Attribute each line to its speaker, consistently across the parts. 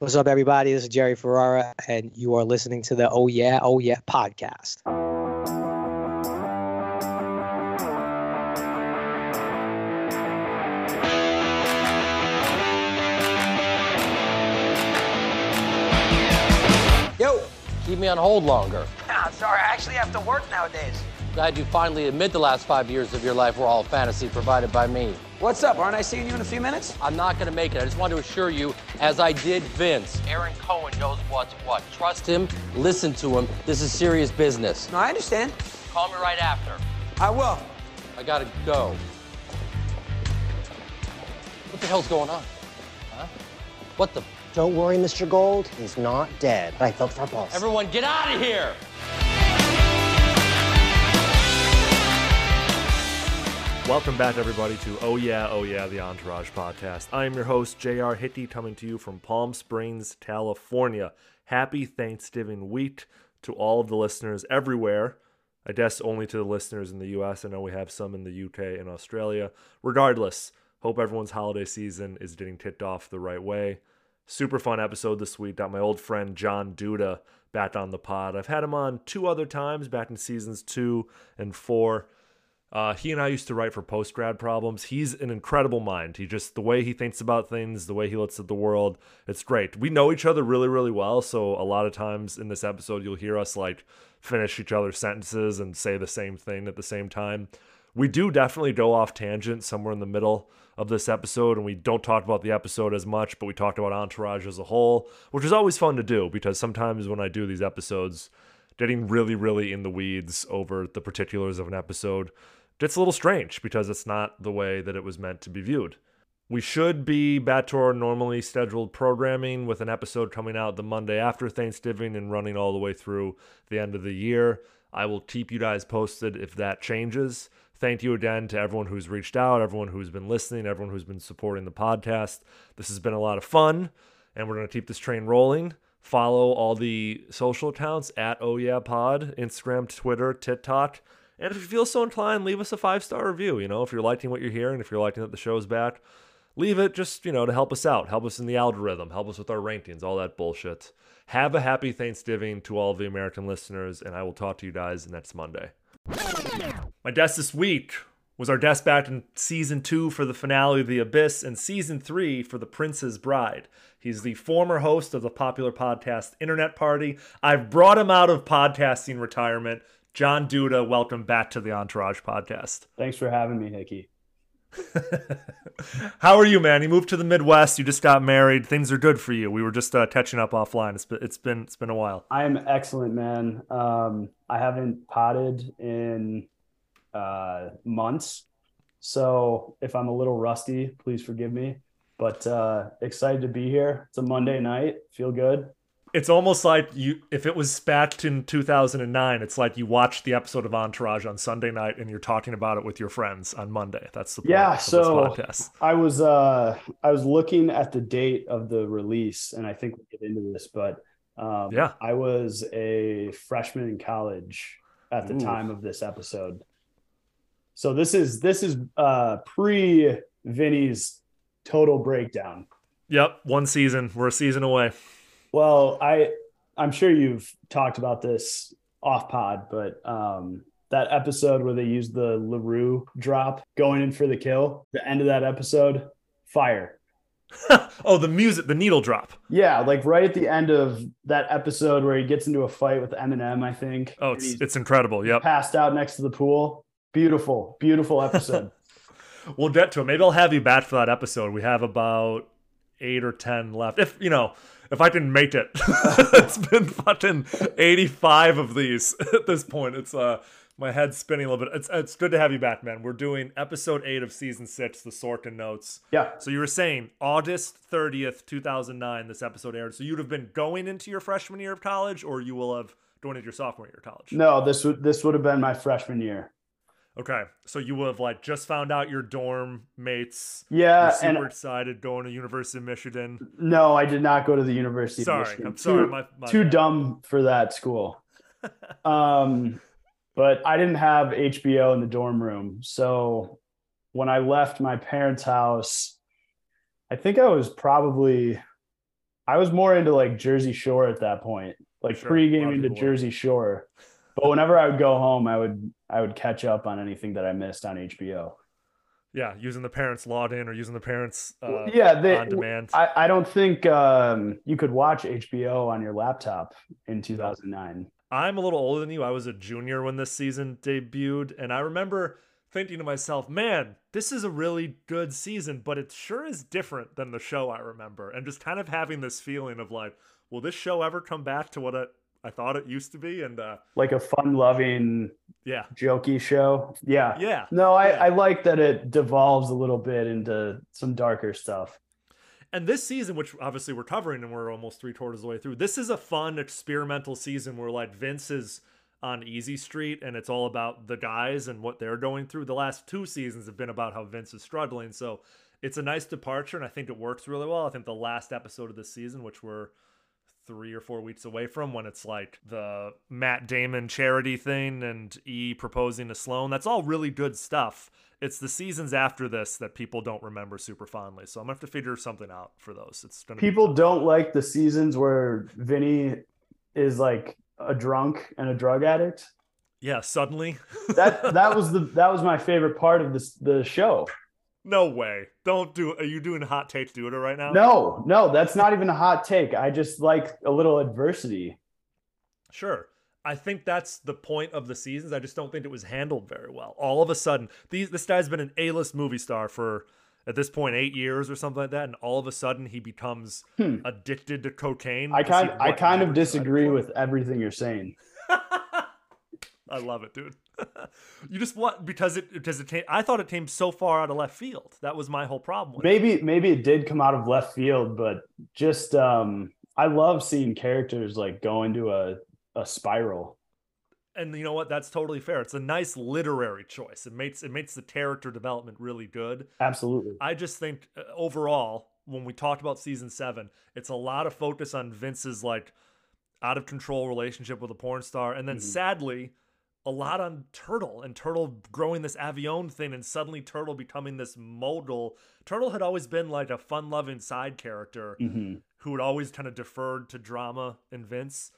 Speaker 1: What's up, everybody? This is Jerry Ferrara, and you are listening to the Oh Yeah, Oh Yeah podcast.
Speaker 2: Yo, keep me on hold longer.
Speaker 3: Yeah, sorry, I actually have to work nowadays.
Speaker 2: Glad you finally admit the last five years of your life were all fantasy provided by me.
Speaker 3: What's up? Aren't I seeing you in a few minutes?
Speaker 2: I'm not going to make it. I just want to assure you, as I did Vince, Aaron Cohen knows what's what. Trust him, listen to him. This is serious business.
Speaker 3: No, I understand.
Speaker 2: Call me right after.
Speaker 3: I will.
Speaker 2: I got to go. What the hell's going on? Huh? What the?
Speaker 4: Don't worry, Mr. Gold. He's not dead. I felt for pulse.
Speaker 2: Everyone, get out of here!
Speaker 5: Welcome back, everybody, to Oh Yeah, Oh Yeah, the Entourage podcast. I am your host, JR Hickey, coming to you from Palm Springs, California. Happy Thanksgiving week to all of the listeners everywhere. I guess only to the listeners in the US. I know we have some in the UK and Australia. Regardless, hope everyone's holiday season is getting kicked off the right way. Super fun episode this week. Got my old friend John Duda back on the pod. I've had him on two other times back in seasons two and four. Uh, he and I used to write for post grad problems. He's an incredible mind. He just, the way he thinks about things, the way he looks at the world, it's great. We know each other really, really well. So a lot of times in this episode, you'll hear us like finish each other's sentences and say the same thing at the same time. We do definitely go off tangent somewhere in the middle of this episode, and we don't talk about the episode as much, but we talked about Entourage as a whole, which is always fun to do because sometimes when I do these episodes, getting really, really in the weeds over the particulars of an episode it's a little strange because it's not the way that it was meant to be viewed. We should be back to our normally scheduled programming with an episode coming out the Monday after Thanksgiving and running all the way through the end of the year. I will keep you guys posted if that changes. Thank you again to everyone who's reached out, everyone who's been listening, everyone who's been supporting the podcast. This has been a lot of fun, and we're going to keep this train rolling follow all the social accounts at oh yeah pod instagram twitter tiktok and if you feel so inclined leave us a five star review you know if you're liking what you're hearing if you're liking that the show's back leave it just you know to help us out help us in the algorithm help us with our rankings all that bullshit have a happy thanksgiving to all the american listeners and i will talk to you guys next monday my guest this week was our guest back in season two for the finale of The Abyss and season three for The Prince's Bride. He's the former host of the popular podcast Internet Party. I've brought him out of podcasting retirement. John Duda, welcome back to the Entourage podcast.
Speaker 6: Thanks for having me, Hickey.
Speaker 5: How are you, man? You moved to the Midwest. You just got married. Things are good for you. We were just uh, catching up offline. It's been, it's been it's been a while.
Speaker 6: I am excellent, man. Um, I haven't potted in uh, months. So if I'm a little rusty, please forgive me. But uh, excited to be here. It's a Monday night. Feel good.
Speaker 5: It's almost like you if it was back in 2009, it's like you watched the episode of Entourage on Sunday night and you're talking about it with your friends on Monday. That's the
Speaker 6: yeah. So I was uh, I was looking at the date of the release, and I think we'll get into this, but um,
Speaker 5: yeah,
Speaker 6: I was a freshman in college at the Ooh. time of this episode. So this is this is uh pre Vinny's total breakdown.
Speaker 5: Yep, one season. We're a season away.
Speaker 6: Well, I I'm sure you've talked about this off pod, but um that episode where they used the LaRue drop going in for the kill, the end of that episode, fire.
Speaker 5: oh, the music, the needle drop.
Speaker 6: Yeah, like right at the end of that episode where he gets into a fight with Eminem, I think.
Speaker 5: Oh, it's, it's incredible. Yep.
Speaker 6: Passed out next to the pool. Beautiful, beautiful episode.
Speaker 5: we'll get to it. Maybe I'll have you back for that episode. We have about eight or ten left. If you know, if I can make it. it's been fucking eighty-five of these at this point. It's uh my head's spinning a little bit. It's it's good to have you back, man. We're doing episode eight of season six, the Sorkin notes.
Speaker 6: Yeah.
Speaker 5: So you were saying August thirtieth, two thousand nine, this episode aired. So you'd have been going into your freshman year of college, or you will have going into your sophomore year of college.
Speaker 6: No, this would this would have been my freshman year.
Speaker 5: Okay, so you would have like just found out your dorm mates.
Speaker 6: Yeah,
Speaker 5: you're super and, excited going to University of Michigan.
Speaker 6: No, I did not go to the University.
Speaker 5: Sorry,
Speaker 6: of Michigan.
Speaker 5: I'm sorry,
Speaker 6: too,
Speaker 5: my, my
Speaker 6: too dumb for that school. um, but I didn't have HBO in the dorm room, so when I left my parents' house, I think I was probably I was more into like Jersey Shore at that point, like
Speaker 5: Sure, a lot of
Speaker 6: pre-gaming to
Speaker 5: people were.
Speaker 6: Jersey Shore. But whenever I would go home, I would I would catch up on anything that I missed on HBO.
Speaker 5: Yeah, using the parents' log in or using the parents' uh,
Speaker 6: yeah, they,
Speaker 5: on demand.
Speaker 6: I, I don't think um, you could watch HBO on your laptop in 2009.
Speaker 5: I'm a little older than you. I was a junior when this season debuted, and I remember thinking to myself, "Man, this is a really good season, but it sure is different than the show I remember." And just kind of having this feeling of like, "Will this show ever come back to what I, I thought it used to be?" And uh,
Speaker 6: Like a fun-loving,
Speaker 5: yeah,
Speaker 6: jokey show. Yeah.
Speaker 5: yeah,
Speaker 6: No, I,
Speaker 5: Yeah.
Speaker 6: I like that it devolves a little bit into some darker stuff.
Speaker 5: and this season, which obviously we're covering and we're almost three quarters of the way through, this is a fun experimental season where like Vince is on Easy Street and it's all about the guys and what they're going through. The last two seasons have been about how Vince is struggling. So it's a nice departure and I think it works really well. I think the last episode of this season, which we're three or four weeks away from when it's like the Matt Damon charity thing and E proposing to Sloan. That's all really good stuff. It's the seasons after this that people don't remember super fondly. So I'm gonna have to figure something out for those. It's gonna be
Speaker 6: People
Speaker 5: tough.
Speaker 6: don't like the seasons where Vinny is like a drunk and a drug addict.
Speaker 5: Yeah, suddenly.
Speaker 6: That that was the that was my favorite part of this the show.
Speaker 5: No way. Don't do are you doing hot takes do it right now?
Speaker 6: No, no, that's not even a hot take. I just like a little adversity.
Speaker 5: Sure. I think that's the point of the seasons. I just don't think it was handled very well. All of a sudden, these this guy's been an A-list movie star for at this point eight years or something like that, and all of a sudden he becomes
Speaker 6: Hmm.
Speaker 5: addicted to cocaine.
Speaker 6: I
Speaker 5: because he
Speaker 6: kind I
Speaker 5: wasn't
Speaker 6: kind of
Speaker 5: advertised
Speaker 6: disagree
Speaker 5: for it.
Speaker 6: with everything you're saying.
Speaker 5: I love it, dude. you just what because it because it came, I thought it came so far out of left field. That was my whole problem. With it.
Speaker 6: Maybe maybe it did come out of left field, but just um I love seeing characters like go into a a spiral.
Speaker 5: and you know what? That's totally fair. It's a nice literary choice. It makes it makes the character development really good.
Speaker 6: Absolutely.
Speaker 5: I just think uh, overall, when we talked about season seven, it's a lot of focus on Vince's like out of control relationship with a porn star, and then
Speaker 6: Mhm.
Speaker 5: sadly, a lot on Turtle and Turtle growing this Avion thing, and suddenly Turtle becoming this mogul. Turtle had always been like a fun-loving side character
Speaker 6: Mhm.
Speaker 5: who had always kind of deferred to drama and Vince,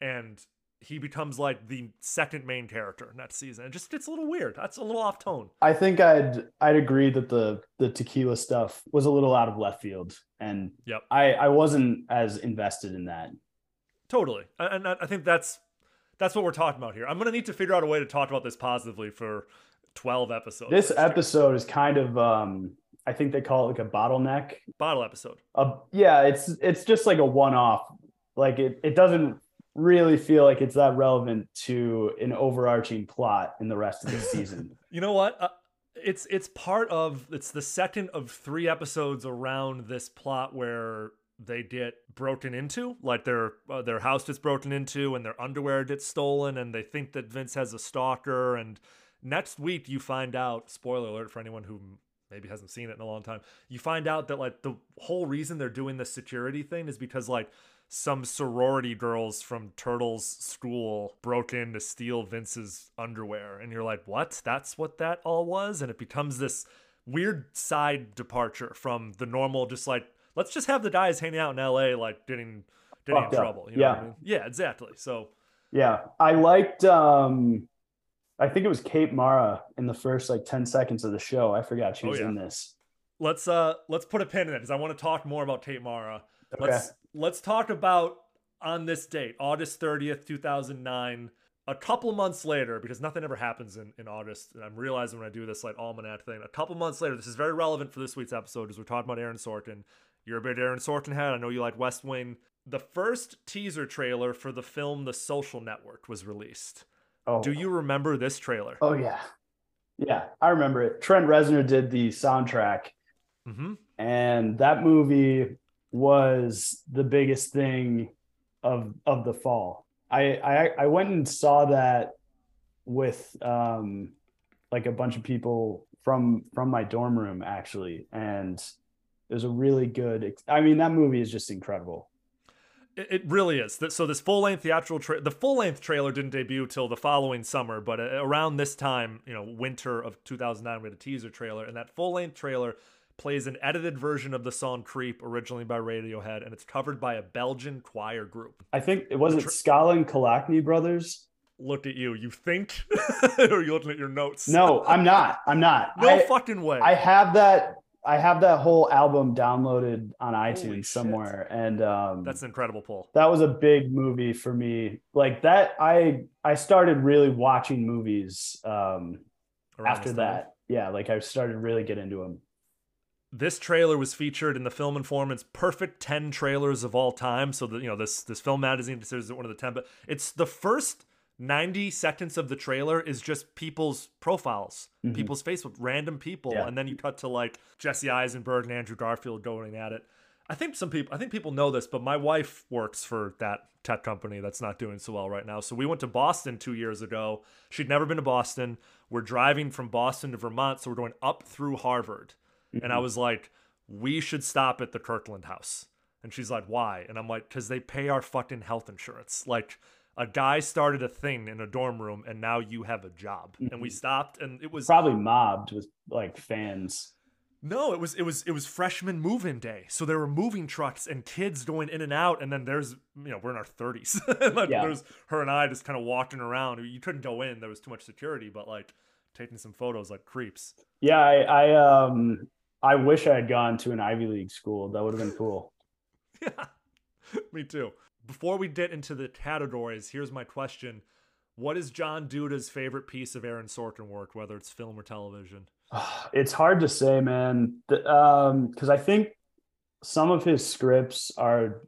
Speaker 5: and he becomes like the second main character in that season. It just it's a little weird. That's a little off tone.
Speaker 6: I think I'd I'd agree that the the tequila stuff was a little out of left field and
Speaker 5: Yep.
Speaker 6: I I wasn't as invested in that.
Speaker 5: Totally, A- and I I think that's that's what we're talking about here. I'm gonna need to figure out a way to talk about this positively for 12 episodes.
Speaker 6: This
Speaker 5: next year.
Speaker 6: episode is kind of um I think they call it like a bottleneck.
Speaker 5: bottle episode.
Speaker 6: A yeah, it's it's just like a one off. Like it it doesn't really feel like it's that relevant to an overarching plot in the rest of the season.
Speaker 5: You know what? Uh, it's it's part of it's the second of three episodes around this plot where they get broken into, like their uh, their house gets broken into and their underwear gets stolen, and they think that Vince has a stalker. And next week, you find out. Spoiler alert for anyone who maybe hasn't seen it in a long time. You find out that like the whole reason they're doing the security thing is because like some sorority girls from Turtle's school broke in to steal Vince's underwear. And you're like, what? That's what that all was? And it becomes this weird side departure from the normal, just like, let's just have the guys hanging out in LA, like getting, getting in
Speaker 6: Fucked up.
Speaker 5: trouble. You know what I mean? Yeah, exactly. So
Speaker 6: Yeah, I liked. um I think it was Kate Mara in the first like ten seconds of the show. I forgot she
Speaker 5: Oh,
Speaker 6: was
Speaker 5: yeah.
Speaker 6: in this.
Speaker 5: let's uh let's put a pin in it because I want to talk more about Tate Mara.
Speaker 6: Okay.
Speaker 5: Let's let's talk about on this date, August 30th, 2009, a couple months later, because nothing ever happens in, in August. And I'm realizing when I do this like almanac thing, a couple months later, this is very relevant for this week's episode as we're talking about Aaron Sorkin. You're a big Aaron Sorkin head. I know you like West Wing. The first teaser trailer for the film The Social Network was released.
Speaker 6: Oh,
Speaker 5: Do you remember this trailer?
Speaker 6: Oh yeah, yeah. I remember it. Trent Reznor did the soundtrack,
Speaker 5: Mm-hmm.
Speaker 6: and that movie was the biggest thing of of the fall. I I, I went and saw that with um like a bunch of people from from my dorm room actually, and it was a really good. ex- I mean, that movie is just incredible.
Speaker 5: It, it really is. Th- So this full length theatrical tra- the full length trailer didn't debut till the following summer, but uh, around this time, you know, winter of 2009, we had a teaser trailer, and that full length trailer plays an edited version of the song Creep, originally by Radiohead, and it's covered by a Belgian choir group.
Speaker 6: I think it wasn't Scala and Kalakny brothers.
Speaker 5: Look at you. You think? or you looking at your notes?
Speaker 6: No, I'm not. I'm not.
Speaker 5: No
Speaker 6: I,
Speaker 5: fucking way.
Speaker 6: I have that. I have that whole album downloaded on
Speaker 5: Holy
Speaker 6: iTunes
Speaker 5: shit.
Speaker 6: somewhere, and um,
Speaker 5: That's an incredible pull.
Speaker 6: that was a big movie for me. Like that, I I started really watching movies um,
Speaker 5: Around
Speaker 6: after
Speaker 5: this time.
Speaker 6: that. Yeah, like I started really get into them.
Speaker 5: this trailer was featured in the Film Informant's perfect 10 trailers of all time. So that you know this this film magazine considers it one of the 10, but it's the first 90 seconds of the trailer is just people's profiles,
Speaker 6: Mhm.
Speaker 5: people's Facebook, random people,
Speaker 6: Yeah.
Speaker 5: and then you cut to like Jesse Eisenberg and Andrew Garfield going at it. I think some people I think people know this, but my wife works for that tech company that's not doing so well right now. So we went to Boston 2 years ago. She'd never been to Boston. We're driving from Boston to Vermont, so we're going up through Harvard. And I was like, we should stop at the Kirkland house. And she's like, why? And I'm like, because they pay our fucking health insurance. Like, a guy started a thing in a dorm room and now you have a job. And we stopped and it was
Speaker 6: Probably mobbed with like fans.
Speaker 5: no, it was it was it was freshman move-in day. So there were moving trucks and kids going in and out, and then there's you know, we're in our thirties. like
Speaker 6: Yeah.
Speaker 5: there's her and I just kind of walking around. You couldn't go in, there was too much security, but like taking some photos like creeps.
Speaker 6: Yeah, I, I um I wish I had gone to an Ivy League school. That would have been cool.
Speaker 5: Yeah, me too. Before we get into the categories, here's my question. What is John Duda's favorite piece of Aaron Sorkin work, whether it's film or television?
Speaker 6: It's hard to say, man. The- um, because I think some of his scripts are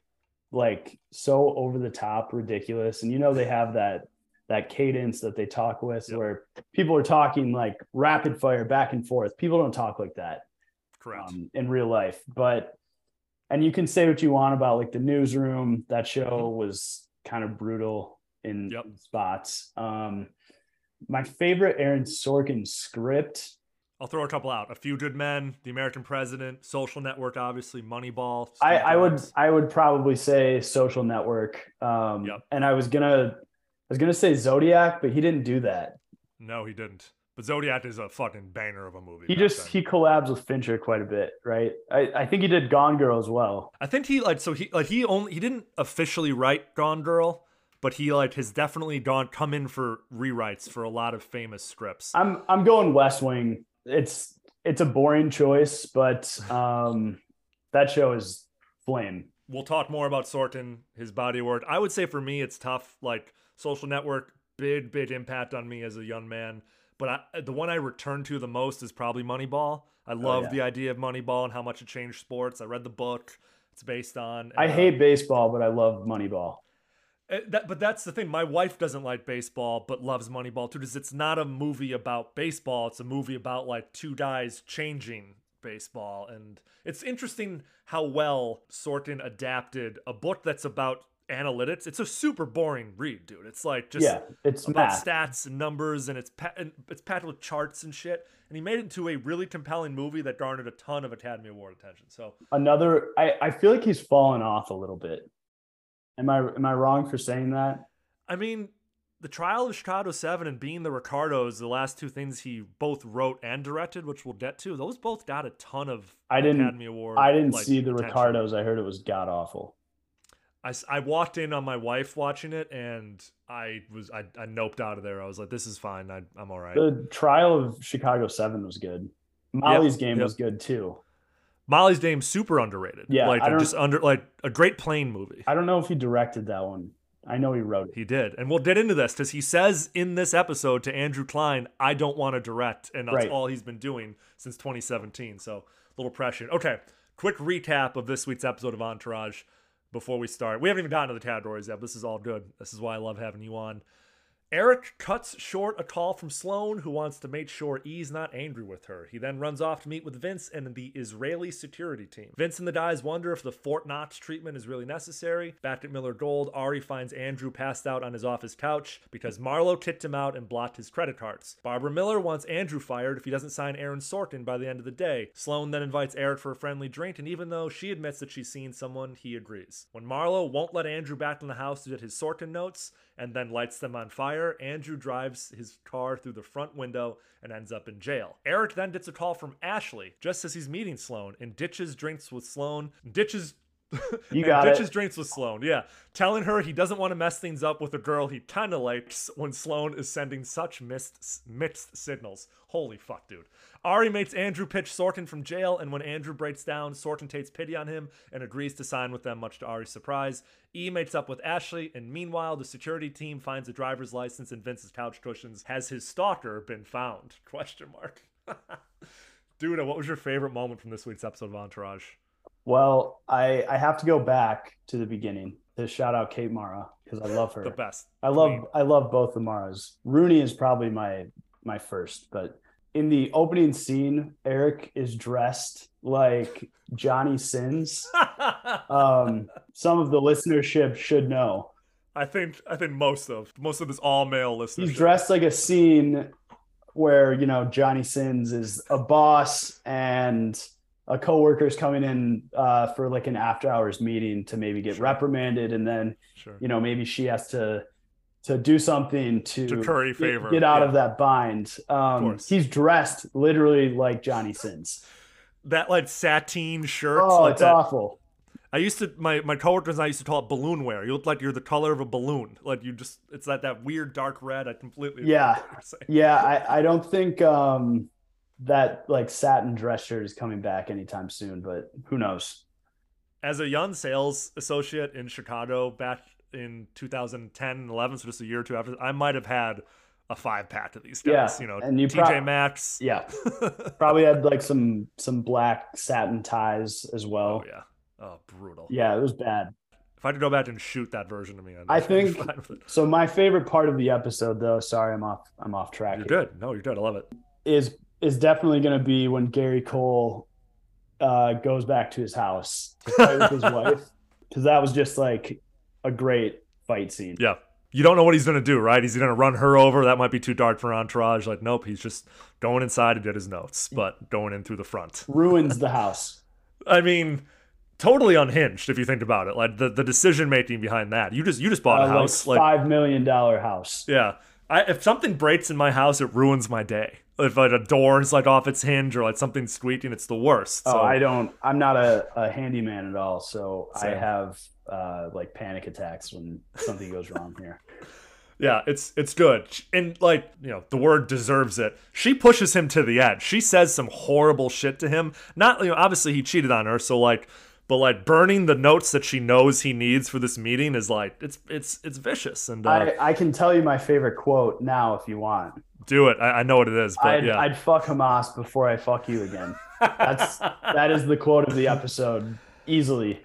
Speaker 6: like so over the top, ridiculous, and you know they have that that cadence that they talk with,
Speaker 5: Yep.
Speaker 6: where people are talking like rapid fire back and forth. People don't talk like that
Speaker 5: Correct.
Speaker 6: um, in real life, but and you can say what you want about like the newsroom. That show was kind of brutal in
Speaker 5: Yep.
Speaker 6: spots. Um, my favorite Aaron Sorkin script.
Speaker 5: I'll throw a couple out. A Few Good Men, The American President, Social Network, obviously, Moneyball.
Speaker 6: I,
Speaker 5: Steve
Speaker 6: I would
Speaker 5: Jobs.
Speaker 6: I would probably say social network. Um,
Speaker 5: Yep.
Speaker 6: and I was gonna I was gonna say Zodiac, but he didn't do that.
Speaker 5: No, he didn't. But Zodiac is a fucking banger of a movie.
Speaker 6: He
Speaker 5: man.
Speaker 6: just he collabs with Fincher quite a bit, right? I, I think he did Gone Girl as well.
Speaker 5: I think he like so he like he only he didn't officially write Gone Girl, but he like has definitely gone come in for rewrites for a lot of famous scripts.
Speaker 6: I'm I'm going West Wing. It's it's a boring choice, but um that show is flame.
Speaker 5: we'll talk more about Sorkin, his body work. I would say for me, it's tough. Like Social Network, big big impact on me as a young man. But I, the one I return to the most is probably Moneyball. I love
Speaker 6: Oh, yeah.
Speaker 5: the idea of Moneyball and how much it changed sports. I read the book it's based on.
Speaker 6: I
Speaker 5: and, uh,
Speaker 6: hate baseball, but I love Moneyball.
Speaker 5: uh, that, but that's the thing. My wife doesn't like baseball, but loves Moneyball too. Because it's not a movie about baseball. It's a movie about like two guys changing baseball, and it's interesting how well Sorkin adapted a book that's about analytics. It's a super boring read, dude. It's like just
Speaker 6: yeah, it's
Speaker 5: about
Speaker 6: math.
Speaker 5: stats and numbers, and it's pa- and it's packed with charts and shit. And he made it into a really compelling movie that garnered a ton of Academy Award attention. So
Speaker 6: Another I, I feel like he's fallen off a little bit. Am I am I wrong for saying that?
Speaker 5: I mean, the trial of Chicago Seven and being the Ricardos, the last two things he both wrote and directed, which we'll get to, those both got a ton of
Speaker 6: I didn't-
Speaker 5: Academy Award.
Speaker 6: I didn't
Speaker 5: like,
Speaker 6: see the
Speaker 5: attention.
Speaker 6: Ricardos. I heard it was god awful.
Speaker 5: I, s- I walked in on my wife watching it, and I was I, I noped out of there. I was like, this is fine. I, I'm all right.
Speaker 6: The trial of Chicago Seven was good. Molly's game
Speaker 5: yep.
Speaker 6: was good too.
Speaker 5: Molly's Game super underrated.
Speaker 6: Yeah,
Speaker 5: like
Speaker 6: I don't-
Speaker 5: just under like a great plane movie.
Speaker 6: I don't know if he directed that one. I know he wrote it.
Speaker 5: He did. And we'll get into this because he says in this episode to Andrew Klein, I don't want to direct. And that's
Speaker 6: Right.
Speaker 5: all he's been doing since 2017. So a little pressure. Okay. Quick recap of this week's episode of Entourage before we start. We haven't even gotten to the categories yet, but this is all good. This is why I love having you on. Eric cuts short a call from Sloan, who wants to make sure E's not angry with her. He then runs off to meet with Vince and the Israeli security team. Vince and the guys wonder if the Fort Knox treatment is really necessary. Back at Miller Gold, Ari finds Andrew passed out on his office couch because Marlowe kicked him out and blocked his credit cards. Barbara Miller wants Andrew fired if he doesn't sign Aaron Sorkin by the end of the day. Sloan then invites Eric for a friendly drink, and even though she admits that she's seen someone, he agrees. When Marlowe won't let Andrew back in the house to get his Sorkin notes and then lights them on fire, fire. Andrew drives his car through the front window and ends up in jail. Eric then gets a call from Ashley just as he's meeting Sloan and ditches drinks with Sloan, ditches and
Speaker 6: You got it.
Speaker 5: ditches drinks with Sloan, yeah. Telling her he doesn't want to mess things up with a girl he kinda likes when Sloan is sending such missed, mixed signals. Holy fuck, dude. Ari makes Andrew pitch Sorkin from jail, and when Andrew breaks down, Sorkin takes pity on him and agrees to sign with them, much to Ari's surprise. E mates up with Ashley, and meanwhile, the security team finds a driver's license in Vince's couch cushions. Has his stalker been found? Question mark. Dude, what was your favorite moment from this week's episode of Entourage?
Speaker 6: Well, I I have to go back to the beginning to shout out Kate Mara because I love her.
Speaker 5: The best.
Speaker 6: I love I love both the Maras. Rooney is probably my my first, but in the opening scene, Eric is dressed like Johnny Sins. Um, some of the listenership should know
Speaker 5: I think I think most of most of this all male listeners.
Speaker 6: he's dressed like a scene where you know Johnny Sins is a boss and a coworker's coming in uh, for like an after hours meeting to maybe get
Speaker 5: Sure.
Speaker 6: reprimanded, and then
Speaker 5: Sure.
Speaker 6: you know maybe she has to to do something to,
Speaker 5: To curry
Speaker 6: get-
Speaker 5: favor,
Speaker 6: get, out
Speaker 5: yeah.
Speaker 6: of that bind um
Speaker 5: course.
Speaker 6: he's dressed literally like johnny sins
Speaker 5: That like sateen shirt.
Speaker 6: oh
Speaker 5: like
Speaker 6: it's
Speaker 5: that.
Speaker 6: awful
Speaker 5: I used to my my coworkers and I used to call it balloon wear. You look like you're the color of a balloon. Like you just it's like that weird dark red. I completely agree
Speaker 6: Yeah.
Speaker 5: with what you're saying.
Speaker 6: yeah i i don't think um that like satin dress shirt is coming back anytime soon but who knows
Speaker 5: as a young sales associate in Chicago back in 2010 and 11, so just a year or two after, I might have had a five pack of these guys.
Speaker 6: Yeah,
Speaker 5: you know,
Speaker 6: and you
Speaker 5: TJ
Speaker 6: prob-
Speaker 5: Maxx.
Speaker 6: yeah probably had like some some black satin ties as well
Speaker 5: Oh yeah. Oh, brutal.
Speaker 6: yeah it was bad
Speaker 5: If I could go back and shoot that version of me, I'd
Speaker 6: I
Speaker 5: I'd be
Speaker 6: think-
Speaker 5: fine with it.
Speaker 6: so my favorite part of the episode though sorry i'm off i'm off track
Speaker 5: you're
Speaker 6: here.
Speaker 5: good. No, you're good. I love it.
Speaker 6: is is definitely going to be when Gary Cole uh, goes back to his house to fight with his wife because that was just like a great fight scene.
Speaker 5: Yeah. You don't know what he's going to do, right? Is he going to run her over? That might be too dark for Entourage. Like, nope, he's just going inside to get his notes, but going in through the front.
Speaker 6: Ruins the house.
Speaker 5: I mean, totally unhinged if you think about it. Like the, the decision making behind that. You just you just bought
Speaker 6: Uh,
Speaker 5: a house.
Speaker 6: like
Speaker 5: Like,
Speaker 6: five million dollar house.
Speaker 5: yeah. I, if something breaks in my house, it ruins my day. If like a door's like off its hinge or like something's squeaking, it's the worst. So
Speaker 6: oh, I don't. I'm not a, a handyman at all, so I
Speaker 5: Same.
Speaker 6: have uh, like panic attacks when something goes wrong here.
Speaker 5: Yeah, it's it's good. And like, you know, the word deserves it. She pushes him to the edge. She says some horrible shit to him. Not you know, obviously he cheated on her, so like but like burning the notes that she knows he needs for this meeting is like it's it's it's vicious and uh,
Speaker 6: I, I can tell you my favorite quote now if you want.
Speaker 5: do it. I, I know what it is, but
Speaker 6: I'd,
Speaker 5: yeah.
Speaker 6: I'd fuck Hamas before I fuck you again. That's that is the quote of the episode easily.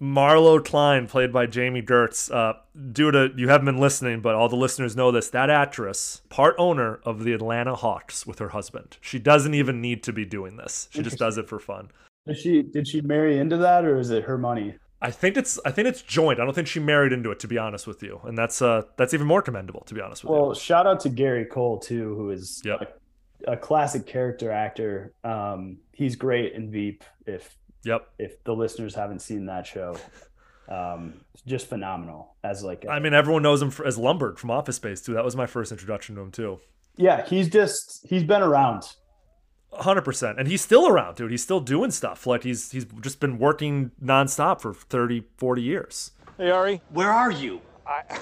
Speaker 5: Marlo Klein, played by Jamie Gertz. Uh, due to you haven't been listening, but all the listeners know this. That actress, part owner of the Atlanta Hawks with her husband. She doesn't even need to be doing this. She just does it for fun.
Speaker 6: Did she did she marry into that or is it her money?
Speaker 5: I think it's I think it's joint. I don't think she married into it, to be honest with you. And that's uh that's even more commendable, to be honest with
Speaker 6: Well, shout out to Gary Cole too, who is
Speaker 5: Yep.
Speaker 6: a, a classic character actor. Um, he's great in Veep. If
Speaker 5: you. Yep.
Speaker 6: if the listeners haven't seen that show, um, just phenomenal as like a-
Speaker 5: I mean, everyone knows him for, as Lumbert from Office Space too. That was my first introduction to him too.
Speaker 6: yeah, he's just he's been around.
Speaker 5: 100%. And he's still around, dude. He's still doing stuff. Like he's he's just been working nonstop for 30, 40 years.
Speaker 1: Hey, Ari.
Speaker 2: Where are you?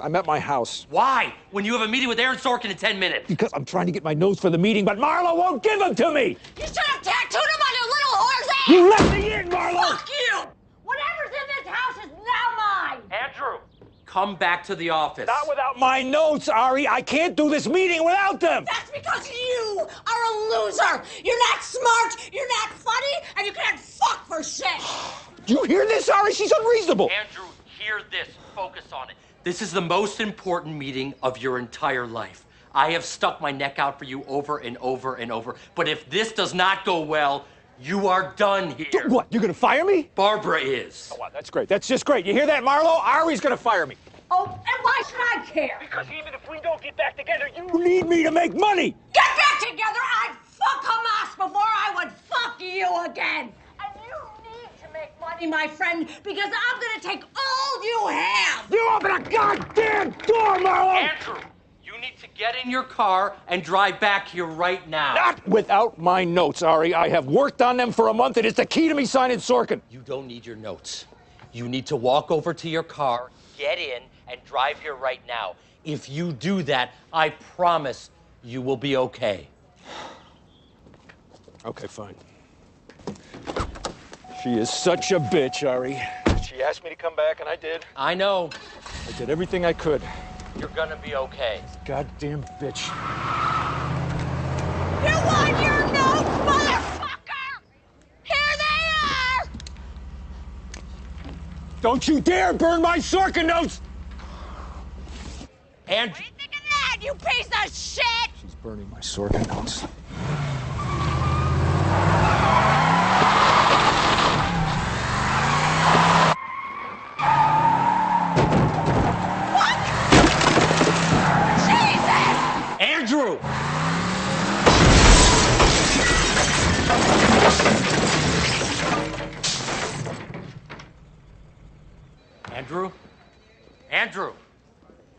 Speaker 1: I'm at my house
Speaker 2: Why? When you have a meeting with Aaron Sorkin in 10 minutes.
Speaker 1: because I'm trying to get my notes for the meeting, but Marlo won't give them to me.
Speaker 7: You should have tattooed him on your little whore's ass!
Speaker 1: You let me in, Marlo.
Speaker 7: Fuck you! Whatever's in this house is now mine!
Speaker 2: Andrew, come back to the office.
Speaker 1: Not without my notes, Ari. I can't do this meeting without them.
Speaker 7: That's because you are a loser! You're not smart, you're not funny, and you can't fuck for shit!
Speaker 1: Do you hear this, Ari? She's unreasonable.
Speaker 2: Andrew, hear this. Focus on it. This is the most important meeting of your entire life. I have stuck my neck out for you over and over and over. But if this does not go well, you are done here.
Speaker 1: What? You're gonna fire me? Oh,
Speaker 2: Barbara is.
Speaker 1: Wow, that's great. That's just great. You hear that, Marlo? Ari's gonna fire me.
Speaker 7: Oh, and why should I care?
Speaker 1: Because even if we don't get back together, you need me to make money.
Speaker 7: Get back together, I'd fuck Hamas before I would fuck you again! And you need to make money, my friend, because I'm gonna take all you have!
Speaker 1: You open a goddamn door, Marlo.
Speaker 2: Andrew, Get in your car and drive back here right now.
Speaker 8: Not without my notes, Ari. I have worked on them for a month. It is the key to me signing Sorkin.
Speaker 2: You don't need your notes. You need to walk over to your car, get in, and drive here right now. If you do that, I promise you will be okay.
Speaker 8: Okay, fine. She is such a bitch, Ari. She asked me to come back, and I did.
Speaker 2: I know
Speaker 8: I did everything I could.
Speaker 2: you're gonna be okay.
Speaker 8: Goddamn bitch.
Speaker 7: You want your notes, motherfucker? Here they are!
Speaker 8: Don't you dare burn my Sorkin notes!
Speaker 2: And
Speaker 7: What do you think of that, you piece of shit?
Speaker 8: She's burning my Sorkin notes.
Speaker 7: Jesus!
Speaker 2: Andrew! Andrew? Andrew!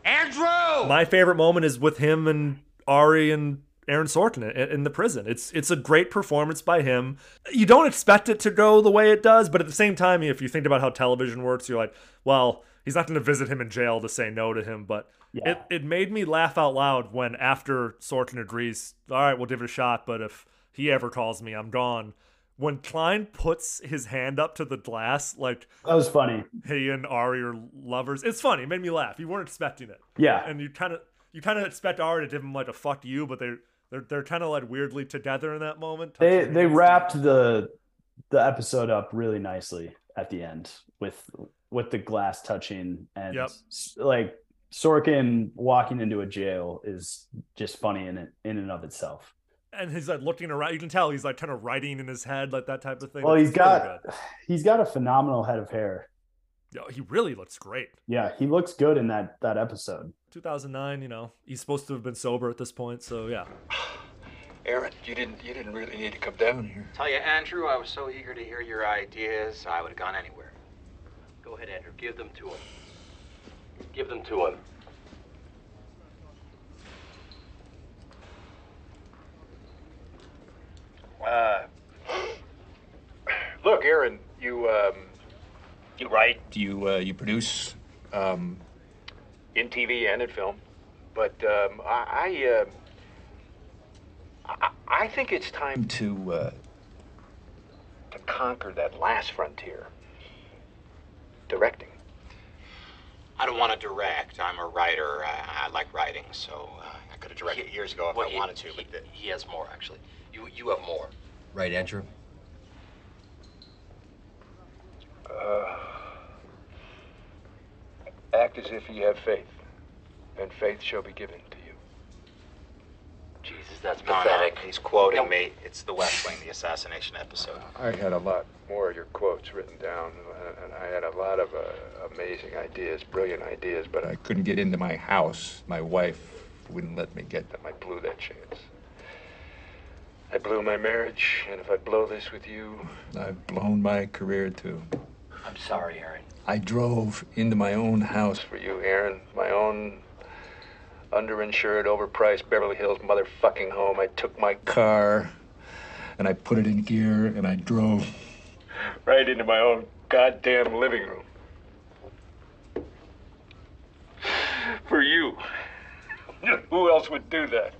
Speaker 2: Andrew!
Speaker 5: My favorite moment is with him and Ari and Aaron Sorkin in, in the prison. It's it's a great performance by him. You don't expect it to go the way it does, but at the same time, if you think about how television works, you're like, well, he's not going to visit him in jail to say no to him. But it it made me laugh out loud when after Sorkin agrees, all right, we'll give it a shot, but if he ever calls me, I'm gone. When Klein puts his hand up to the glass, like
Speaker 6: That was funny.
Speaker 5: he and Ari are lovers. It's funny. It made me laugh. You weren't expecting it
Speaker 6: Yeah.
Speaker 5: and you kind of you kind of expect Ari to give him like a fuck you, but they're they're they're kind of like weirdly together in that moment.
Speaker 6: They they wrapped the the episode up really nicely at the end with with the glass touching and
Speaker 5: Yep.
Speaker 6: s- like Sorkin walking into a jail is just funny in it, in and of itself.
Speaker 5: and he's like looking around. You can tell he's like kind of writing in his head, like that type of thing.
Speaker 6: Well,
Speaker 5: Like,
Speaker 6: he's
Speaker 5: it's really
Speaker 6: got he's got a phenomenal head of hair.
Speaker 5: good. Yo, he really looks great.
Speaker 6: Yeah, he looks good in that that episode.
Speaker 5: 2009, you know, he's supposed to have been sober at this point, so yeah.
Speaker 9: Aaron, you didn't you didn't really need to come down here.
Speaker 10: Tell you, Andrew, I was so eager to hear your ideas, I would have gone anywhere.
Speaker 2: Go ahead, Andrew. Give them to him. Give them to him.
Speaker 9: Uh, look, Aaron, you um, you write, you uh, you produce, um, in TV and in film, but um, I I, um I I think it's time to uh, to conquer that last frontier. Directing.
Speaker 10: I don't want to direct. I'm a writer. I, I like writing, so uh, I could have directed years ago if
Speaker 2: Well,
Speaker 10: I
Speaker 2: he-
Speaker 10: wanted to. But
Speaker 2: he,
Speaker 10: the,
Speaker 2: he has more, actually. You you have more, right, Andrew?
Speaker 9: Uh, Act as if you have faith, and faith shall be given to you.
Speaker 2: Jesus, that's
Speaker 10: no, no,
Speaker 2: pathetic.
Speaker 10: he's quoting
Speaker 2: No.
Speaker 10: me. It's The West Wing, the assassination episode.
Speaker 9: I had a lot more of your quotes written down, uh, and I had a lot of uh, amazing ideas, brilliant ideas, but I couldn't get into my house. My wife wouldn't let me get them. I blew that chance. I blew my marriage, and if I blow this with you, I've blown my career too.
Speaker 2: I'm sorry, Aaron.
Speaker 9: I drove into my own house for you, Aaron. My own underinsured, overpriced Beverly Hills motherfucking home. I took my car and I put it in gear and I drove right into my own goddamn living room. For you. Who else would do that?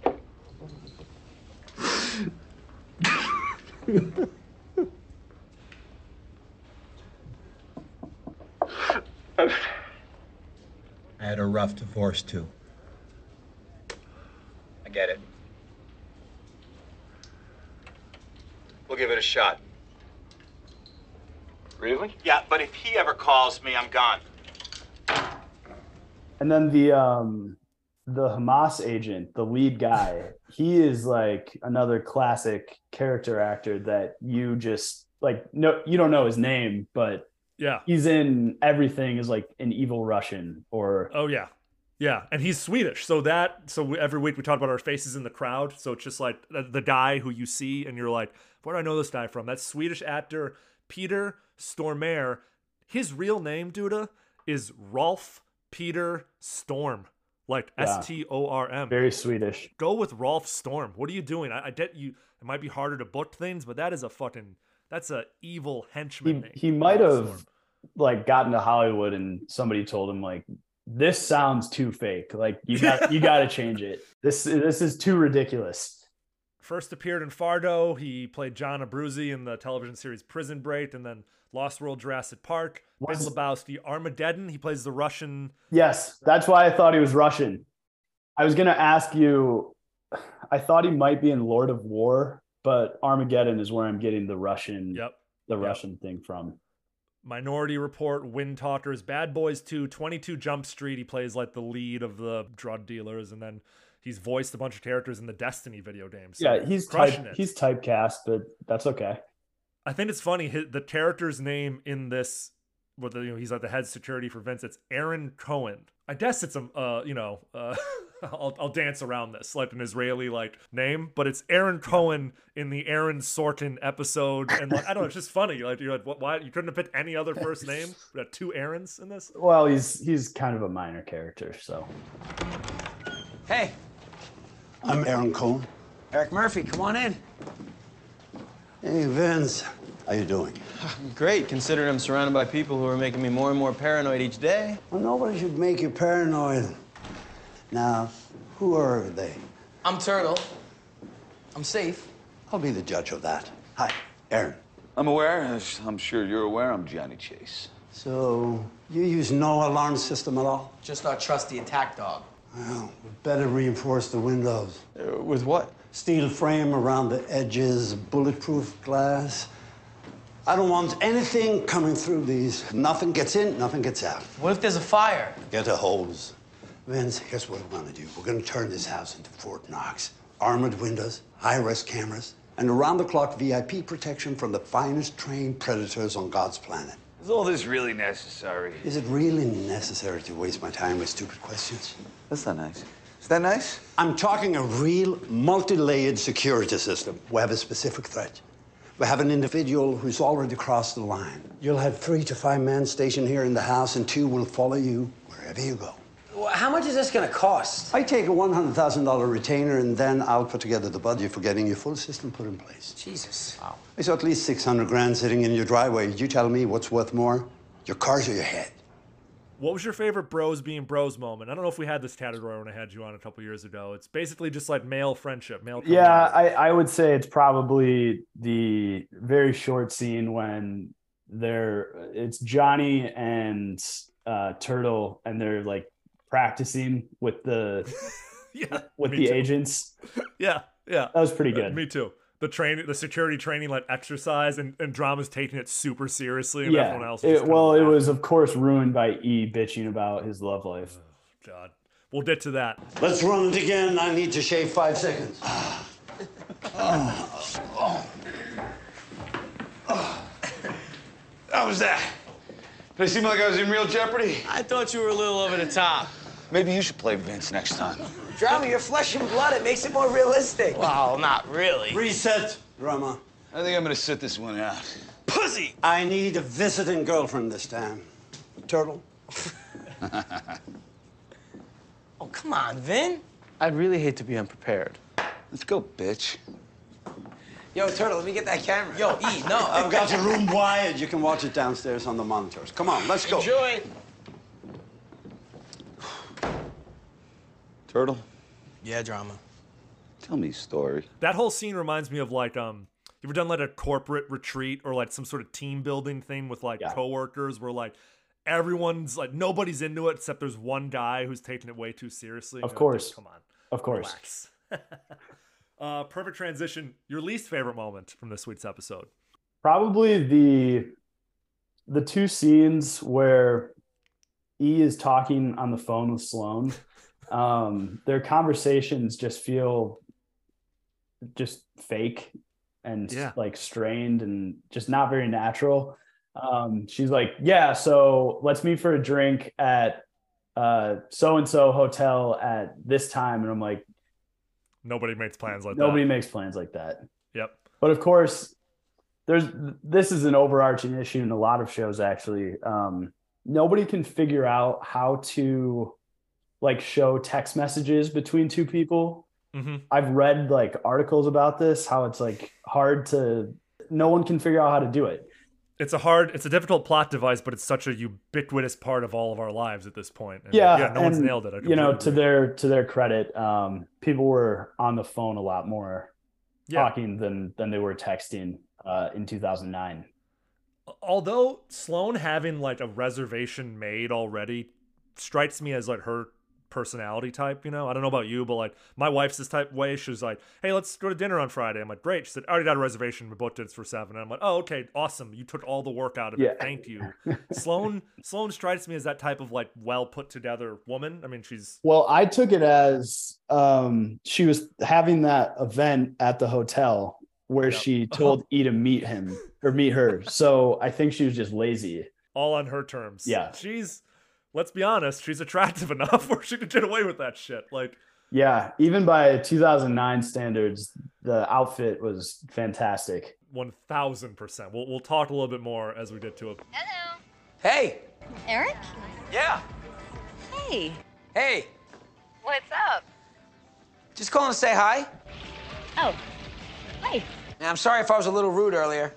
Speaker 10: I had a rough divorce, too. I get it. We'll give it a shot.
Speaker 9: Really?
Speaker 10: Yeah, but if he ever calls me, I'm gone.
Speaker 6: And then the um the Hamas agent, the lead guy, he is like another classic character actor that you just like no you don't know his name, but
Speaker 5: Yeah.
Speaker 6: he's in everything is like an evil Russian or
Speaker 5: Oh yeah. Yeah, and he's Swedish, so that so we, every week we talk about our faces in the crowd. So it's just like the, the guy who you see, and you're like, "Where do I know this guy from?" That Swedish actor Peter Stormare. His real name, Duda, is Rolf Peter Storm. Like
Speaker 6: Yeah.
Speaker 5: S T O R M.
Speaker 6: Very Swedish.
Speaker 5: Go with Rolf Storm. What are you doing? I, I bet you it might be harder to book things, but that is a fucking that's a evil henchman
Speaker 6: He
Speaker 5: name.
Speaker 6: he might
Speaker 5: Rolf
Speaker 6: have like gotten to Hollywood and somebody told him like this sounds too fake. Like you got you got to change it. This this is too ridiculous.
Speaker 5: first appeared in Fargo. He played John Abruzzi in the television series Prison Break, and then Lost World Jurassic Park. Big
Speaker 6: Was-
Speaker 5: Lebowski, Armageddon. He plays the Russian.
Speaker 6: Yes, that's why I thought he was Russian. I was going to ask you I thought he might be in Lord of War, but Armageddon is where I'm getting the Russian
Speaker 5: Yep.
Speaker 6: the
Speaker 5: Yep.
Speaker 6: Russian thing from.
Speaker 5: Minority Report, Wind Talkers, Bad Boys 2, 22 Jump Street. He plays like the lead of the drug dealers, and then he's voiced a bunch of characters in the Destiny video games.
Speaker 6: yeah, he's
Speaker 5: crushing
Speaker 6: type,
Speaker 5: it.
Speaker 6: he's typecast, but that's okay.
Speaker 5: I think it's funny. hi the character's name in this, well, the, you know, he's like the head security for Vince. It's Aaron Cohen. I guess it's a, uh, you know, uh, I'll, I'll dance around this like an Israeli like name, but it's Aaron Cohen in the Aaron Sorkin episode, and like I don't know, it's just funny. Like you're like, what, why you couldn't have picked any other first name? We got two Aarons in this.
Speaker 6: Well, he's he's kind of a minor character, so
Speaker 3: Hey,
Speaker 11: I'm Aaron Cohen.
Speaker 3: Eric Murphy, come on in.
Speaker 11: Hey, Vince. How you doing?
Speaker 12: Great, considering I'm surrounded by people who are making me more and more paranoid each day.
Speaker 11: Well, nobody should make you paranoid. Now, who are they?
Speaker 13: I'm Turtle. I'm safe.
Speaker 11: I'll be the judge of that. Hi, Aaron.
Speaker 14: I'm aware, as I'm sure you're aware, I'm Johnny Chase.
Speaker 11: So, you use no alarm system at all?
Speaker 13: Just our trusty attack dog.
Speaker 11: Well, we better reinforce the windows.
Speaker 14: Uh, with what?
Speaker 11: Steel frame around the edges, bulletproof glass. I don't want anything coming through these. Nothing gets in, nothing gets out.
Speaker 13: What if there's a fire?
Speaker 11: Get a hose. Vince, here's what we're gonna do. We're gonna turn this house into Fort Knox. Armored windows, high-res cameras, and around-the-clock VIP protection from the finest trained predators on God's planet.
Speaker 14: Is all this really necessary?
Speaker 11: Is it really necessary to waste my time with stupid questions?
Speaker 14: That's not nice. Is that nice?
Speaker 11: I'm talking a real multi-layered security system. We have a specific threat. We have an individual who's already crossed the line. You'll have three to five men stationed here in the house, and two will follow you wherever you go.
Speaker 3: How much is this going to cost?
Speaker 11: I take a $100,000 retainer and then I'll put together the budget for getting your full system put in place.
Speaker 3: Jesus.
Speaker 11: I saw at least 600 grand sitting in your driveway. You tell me what's worth more? Your cars or your head?
Speaker 5: What was your favorite bros being bros moment? I don't know if we had this category when I had you on a couple years ago. It's basically just like male friendship, male.
Speaker 6: yeah, I, I would say it's probably the very short scene when they're it's Johnny and uh, Turtle and they're like practicing with the
Speaker 5: Yeah,
Speaker 6: with
Speaker 5: me
Speaker 6: the
Speaker 5: too.
Speaker 6: agents.
Speaker 5: Yeah, yeah.
Speaker 6: That was pretty
Speaker 5: Uh,
Speaker 6: good.
Speaker 5: me too. The training, the security training, like exercise, and, and drama's taking it super seriously, and everyone else. Is
Speaker 6: it-
Speaker 5: just kinda-
Speaker 6: well, it was of course ruined by E bitching about his love life.
Speaker 5: God, we'll get to that.
Speaker 11: Let's run it again. I need to shave five seconds.
Speaker 14: How was that? Did I seem like I was in real jeopardy? I thought you were a little over the top. Maybe you should play Vince next time.
Speaker 3: Drama, you're flesh and blood. It makes it more realistic.
Speaker 14: Wow, not really.
Speaker 11: Reset, drama.
Speaker 14: I think I'm gonna sit this one out.
Speaker 11: Pussy! I need a visiting girlfriend this time. Turtle?
Speaker 13: Oh, come on, Vin.
Speaker 12: I'd really hate to be unprepared.
Speaker 14: Let's go, bitch.
Speaker 3: Yo, Turtle, let me get that camera.
Speaker 13: Yo, E, no.
Speaker 11: I've got the room wired. You can watch it downstairs on the monitors. Come on, let's go.
Speaker 13: Enjoy.
Speaker 14: Turtle,
Speaker 13: Yeah, drama.
Speaker 14: tell me a story.
Speaker 5: That whole scene reminds me of like um you ever done like a corporate retreat or like some sort of team building thing with like coworkers where like everyone's like nobody's into it except there's one guy who's taking it way too seriously. You're
Speaker 6: Of
Speaker 5: like,
Speaker 6: course.
Speaker 5: "Dude, come on.
Speaker 6: Of course.
Speaker 5: Relax. uh perfect transition. Your least favorite moment from this week's episode.
Speaker 6: probably the the two scenes where E is talking on the phone with Sloan. Um, their conversations just feel just fake and
Speaker 5: Yeah.
Speaker 6: like strained and just not very natural. Um, she's like, "Yeah, so let's meet for a drink at uh so and so hotel at this time," and I'm like,
Speaker 5: Nobody makes plans like
Speaker 6: "Nobody
Speaker 5: that.
Speaker 6: makes plans like that."
Speaker 5: Yep.
Speaker 6: But of course, there's this is an overarching issue in a lot of shows actually. Um, nobody can figure out how to like show text messages between two people.
Speaker 5: Mm-hmm.
Speaker 6: I've read like articles about this, how it's like hard to, no one can figure out how to do it.
Speaker 5: It's a hard, it's a difficult plot device, but it's such a ubiquitous part of all of our lives at this point. And,
Speaker 6: yeah,
Speaker 5: no one's
Speaker 6: and,
Speaker 5: nailed it. I
Speaker 6: you know,
Speaker 5: completely
Speaker 6: to their to their credit, um, people were on the phone a lot more talking than than they were texting uh, in 2009.
Speaker 5: although Sloane having like a reservation made already strikes me as like her personality type, you know. I don't know about you, but like my wife's this type way. She's like, Hey, let's go to dinner on Friday. I'm like, Great. She said, I already got a reservation, we booked it it's for seven. And I'm like, Oh, okay, awesome. You took all the work out of
Speaker 6: Yeah.
Speaker 5: it. Thank you. Sloane Sloane strikes me as that type of like well put together woman. I mean, she's
Speaker 6: Well, I took it as um, she was having that event at the hotel where she told E to meet him or meet her. So I think she was just lazy.
Speaker 5: all on her terms.
Speaker 6: Yeah.
Speaker 5: She's let's be honest, she's attractive enough where she could get away with that shit. Like
Speaker 6: Yeah, even by 2009 standards, the outfit was fantastic.
Speaker 5: One thousand percent. We'll we'll talk a little bit more as we get to it.
Speaker 3: Hey.
Speaker 15: Eric?
Speaker 3: Yeah.
Speaker 15: Hey.
Speaker 3: Hey.
Speaker 15: What's up?
Speaker 3: Just calling to say hi.
Speaker 15: Oh. Hey.
Speaker 3: And I'm sorry if I was a little rude earlier.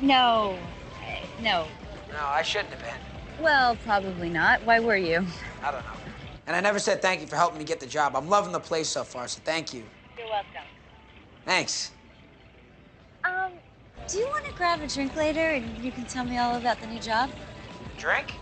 Speaker 15: No. Eh, No.
Speaker 3: No, I shouldn't have been.
Speaker 15: Well, probably not. Why were you?
Speaker 3: I don't know. And I never said thank you for helping me get the job. I'm loving the place so far, so thank you.
Speaker 15: You're welcome.
Speaker 3: Thanks.
Speaker 15: Um, do you want to grab a drink later and you can tell me all about the new job?
Speaker 3: Drink?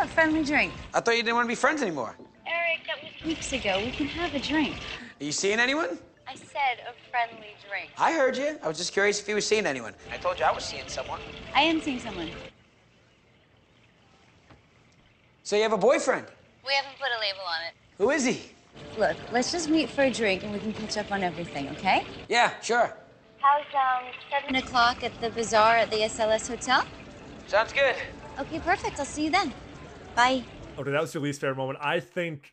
Speaker 15: A friendly drink.
Speaker 3: I thought you didn't want to be friends anymore.
Speaker 15: Eric, that was weeks ago. We can have a drink.
Speaker 3: Are you seeing anyone?
Speaker 15: I said a friendly drink.
Speaker 3: I heard you. I was just curious if you were seeing anyone. I told you I was seeing someone.
Speaker 15: I am seeing someone.
Speaker 3: So you have a boyfriend?
Speaker 15: We haven't put a label on it.
Speaker 3: Who is he?
Speaker 15: Look, let's just meet for a drink and we can catch up on everything, okay?
Speaker 3: Yeah, sure.
Speaker 15: How's um seven o'clock at the bazaar at the SLS hotel?
Speaker 3: Sounds good.
Speaker 15: Okay, perfect. I'll see you then. Bye.
Speaker 5: Okay, Oh, that was your least favorite moment. I think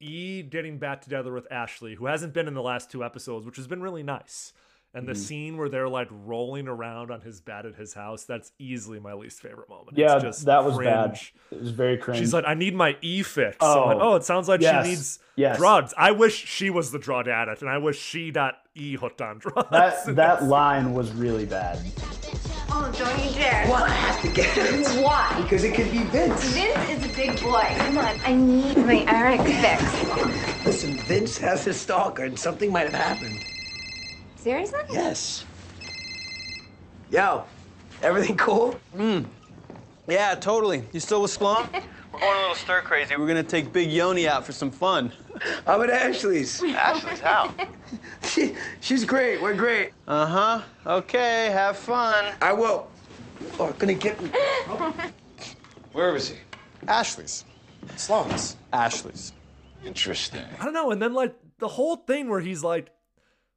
Speaker 5: E getting back together with Ashley, who hasn't been in the last two episodes, which has been really nice. And
Speaker 6: Mhm.
Speaker 5: the scene where they're like rolling around on his bed at his house, that's easily my least favorite moment.
Speaker 6: Yeah,
Speaker 5: it's just
Speaker 6: that was
Speaker 5: cringe.
Speaker 6: bad. It was very cringe.
Speaker 5: She's like, I need my E fix. Oh,
Speaker 6: Oh,
Speaker 5: oh it sounds like
Speaker 6: yes,
Speaker 5: she needs
Speaker 6: yes.
Speaker 5: drugs. I wish she was the drug addict, and I wish she got E hooked on drugs.
Speaker 6: that that line was really bad.
Speaker 7: Oh, don't you dare. Well, I have to
Speaker 6: get it.
Speaker 7: Why?
Speaker 6: Because it could be Vince.
Speaker 7: Vince is a big boy. Come on. I need my Eric fix.
Speaker 3: Listen, Vince has his stalker, and something might have happened.
Speaker 7: Seriously?
Speaker 3: Yes. Yo, everything cool?
Speaker 12: Mm. Yeah, totally. You still with Sloan? We're going a little stir crazy. We're gonna take Big Yoni out for some fun.
Speaker 3: I'm at Ashley's.
Speaker 12: Ashley's how?
Speaker 3: She's great. We're great.
Speaker 12: Uh huh. Okay, have fun.
Speaker 3: I will. Oh, gonna get me.
Speaker 14: Where was he?
Speaker 12: Ashley's. Sloan's. Ashley's.
Speaker 14: Interesting.
Speaker 5: I don't know. And then like the whole thing where he's like,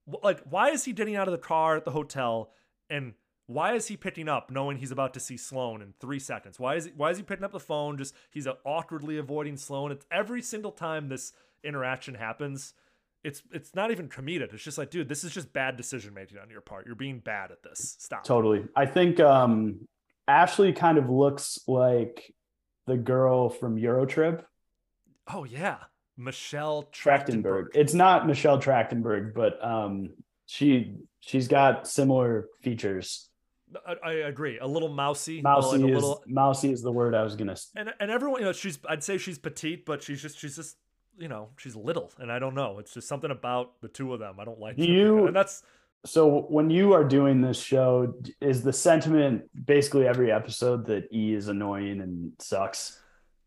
Speaker 5: w- like, why is he getting out of the car at the hotel, and why is he picking up knowing he's about to see Sloan in three seconds? Why is he, why is he picking up the phone? Just he's uh, awkwardly avoiding Sloan. It's every single time this interaction happens. It's it's not even comedic. It's just like, dude, this is just bad decision making on your part. You're being bad at this. Stop.
Speaker 6: Totally. I think um, Ashley kind of looks like the girl from Eurotrip,
Speaker 5: Oh yeah, Michelle
Speaker 6: Trachtenberg. It's not Michelle Trachtenberg, but um, she she's got similar features.
Speaker 5: I, I agree. A little mousy,
Speaker 6: Mousy
Speaker 5: a
Speaker 6: is
Speaker 5: little
Speaker 6: mousy is the word I was gonna. s-
Speaker 5: and and everyone, you know, she's I'd say she's petite, but she's just she's just you know she's little, and I don't know. It's just something about the two of them. I don't like.
Speaker 6: Do
Speaker 5: them.
Speaker 6: you?
Speaker 5: And that's
Speaker 6: So when you are doing this show, d- is the sentiment basically every episode that E is annoying and sucks?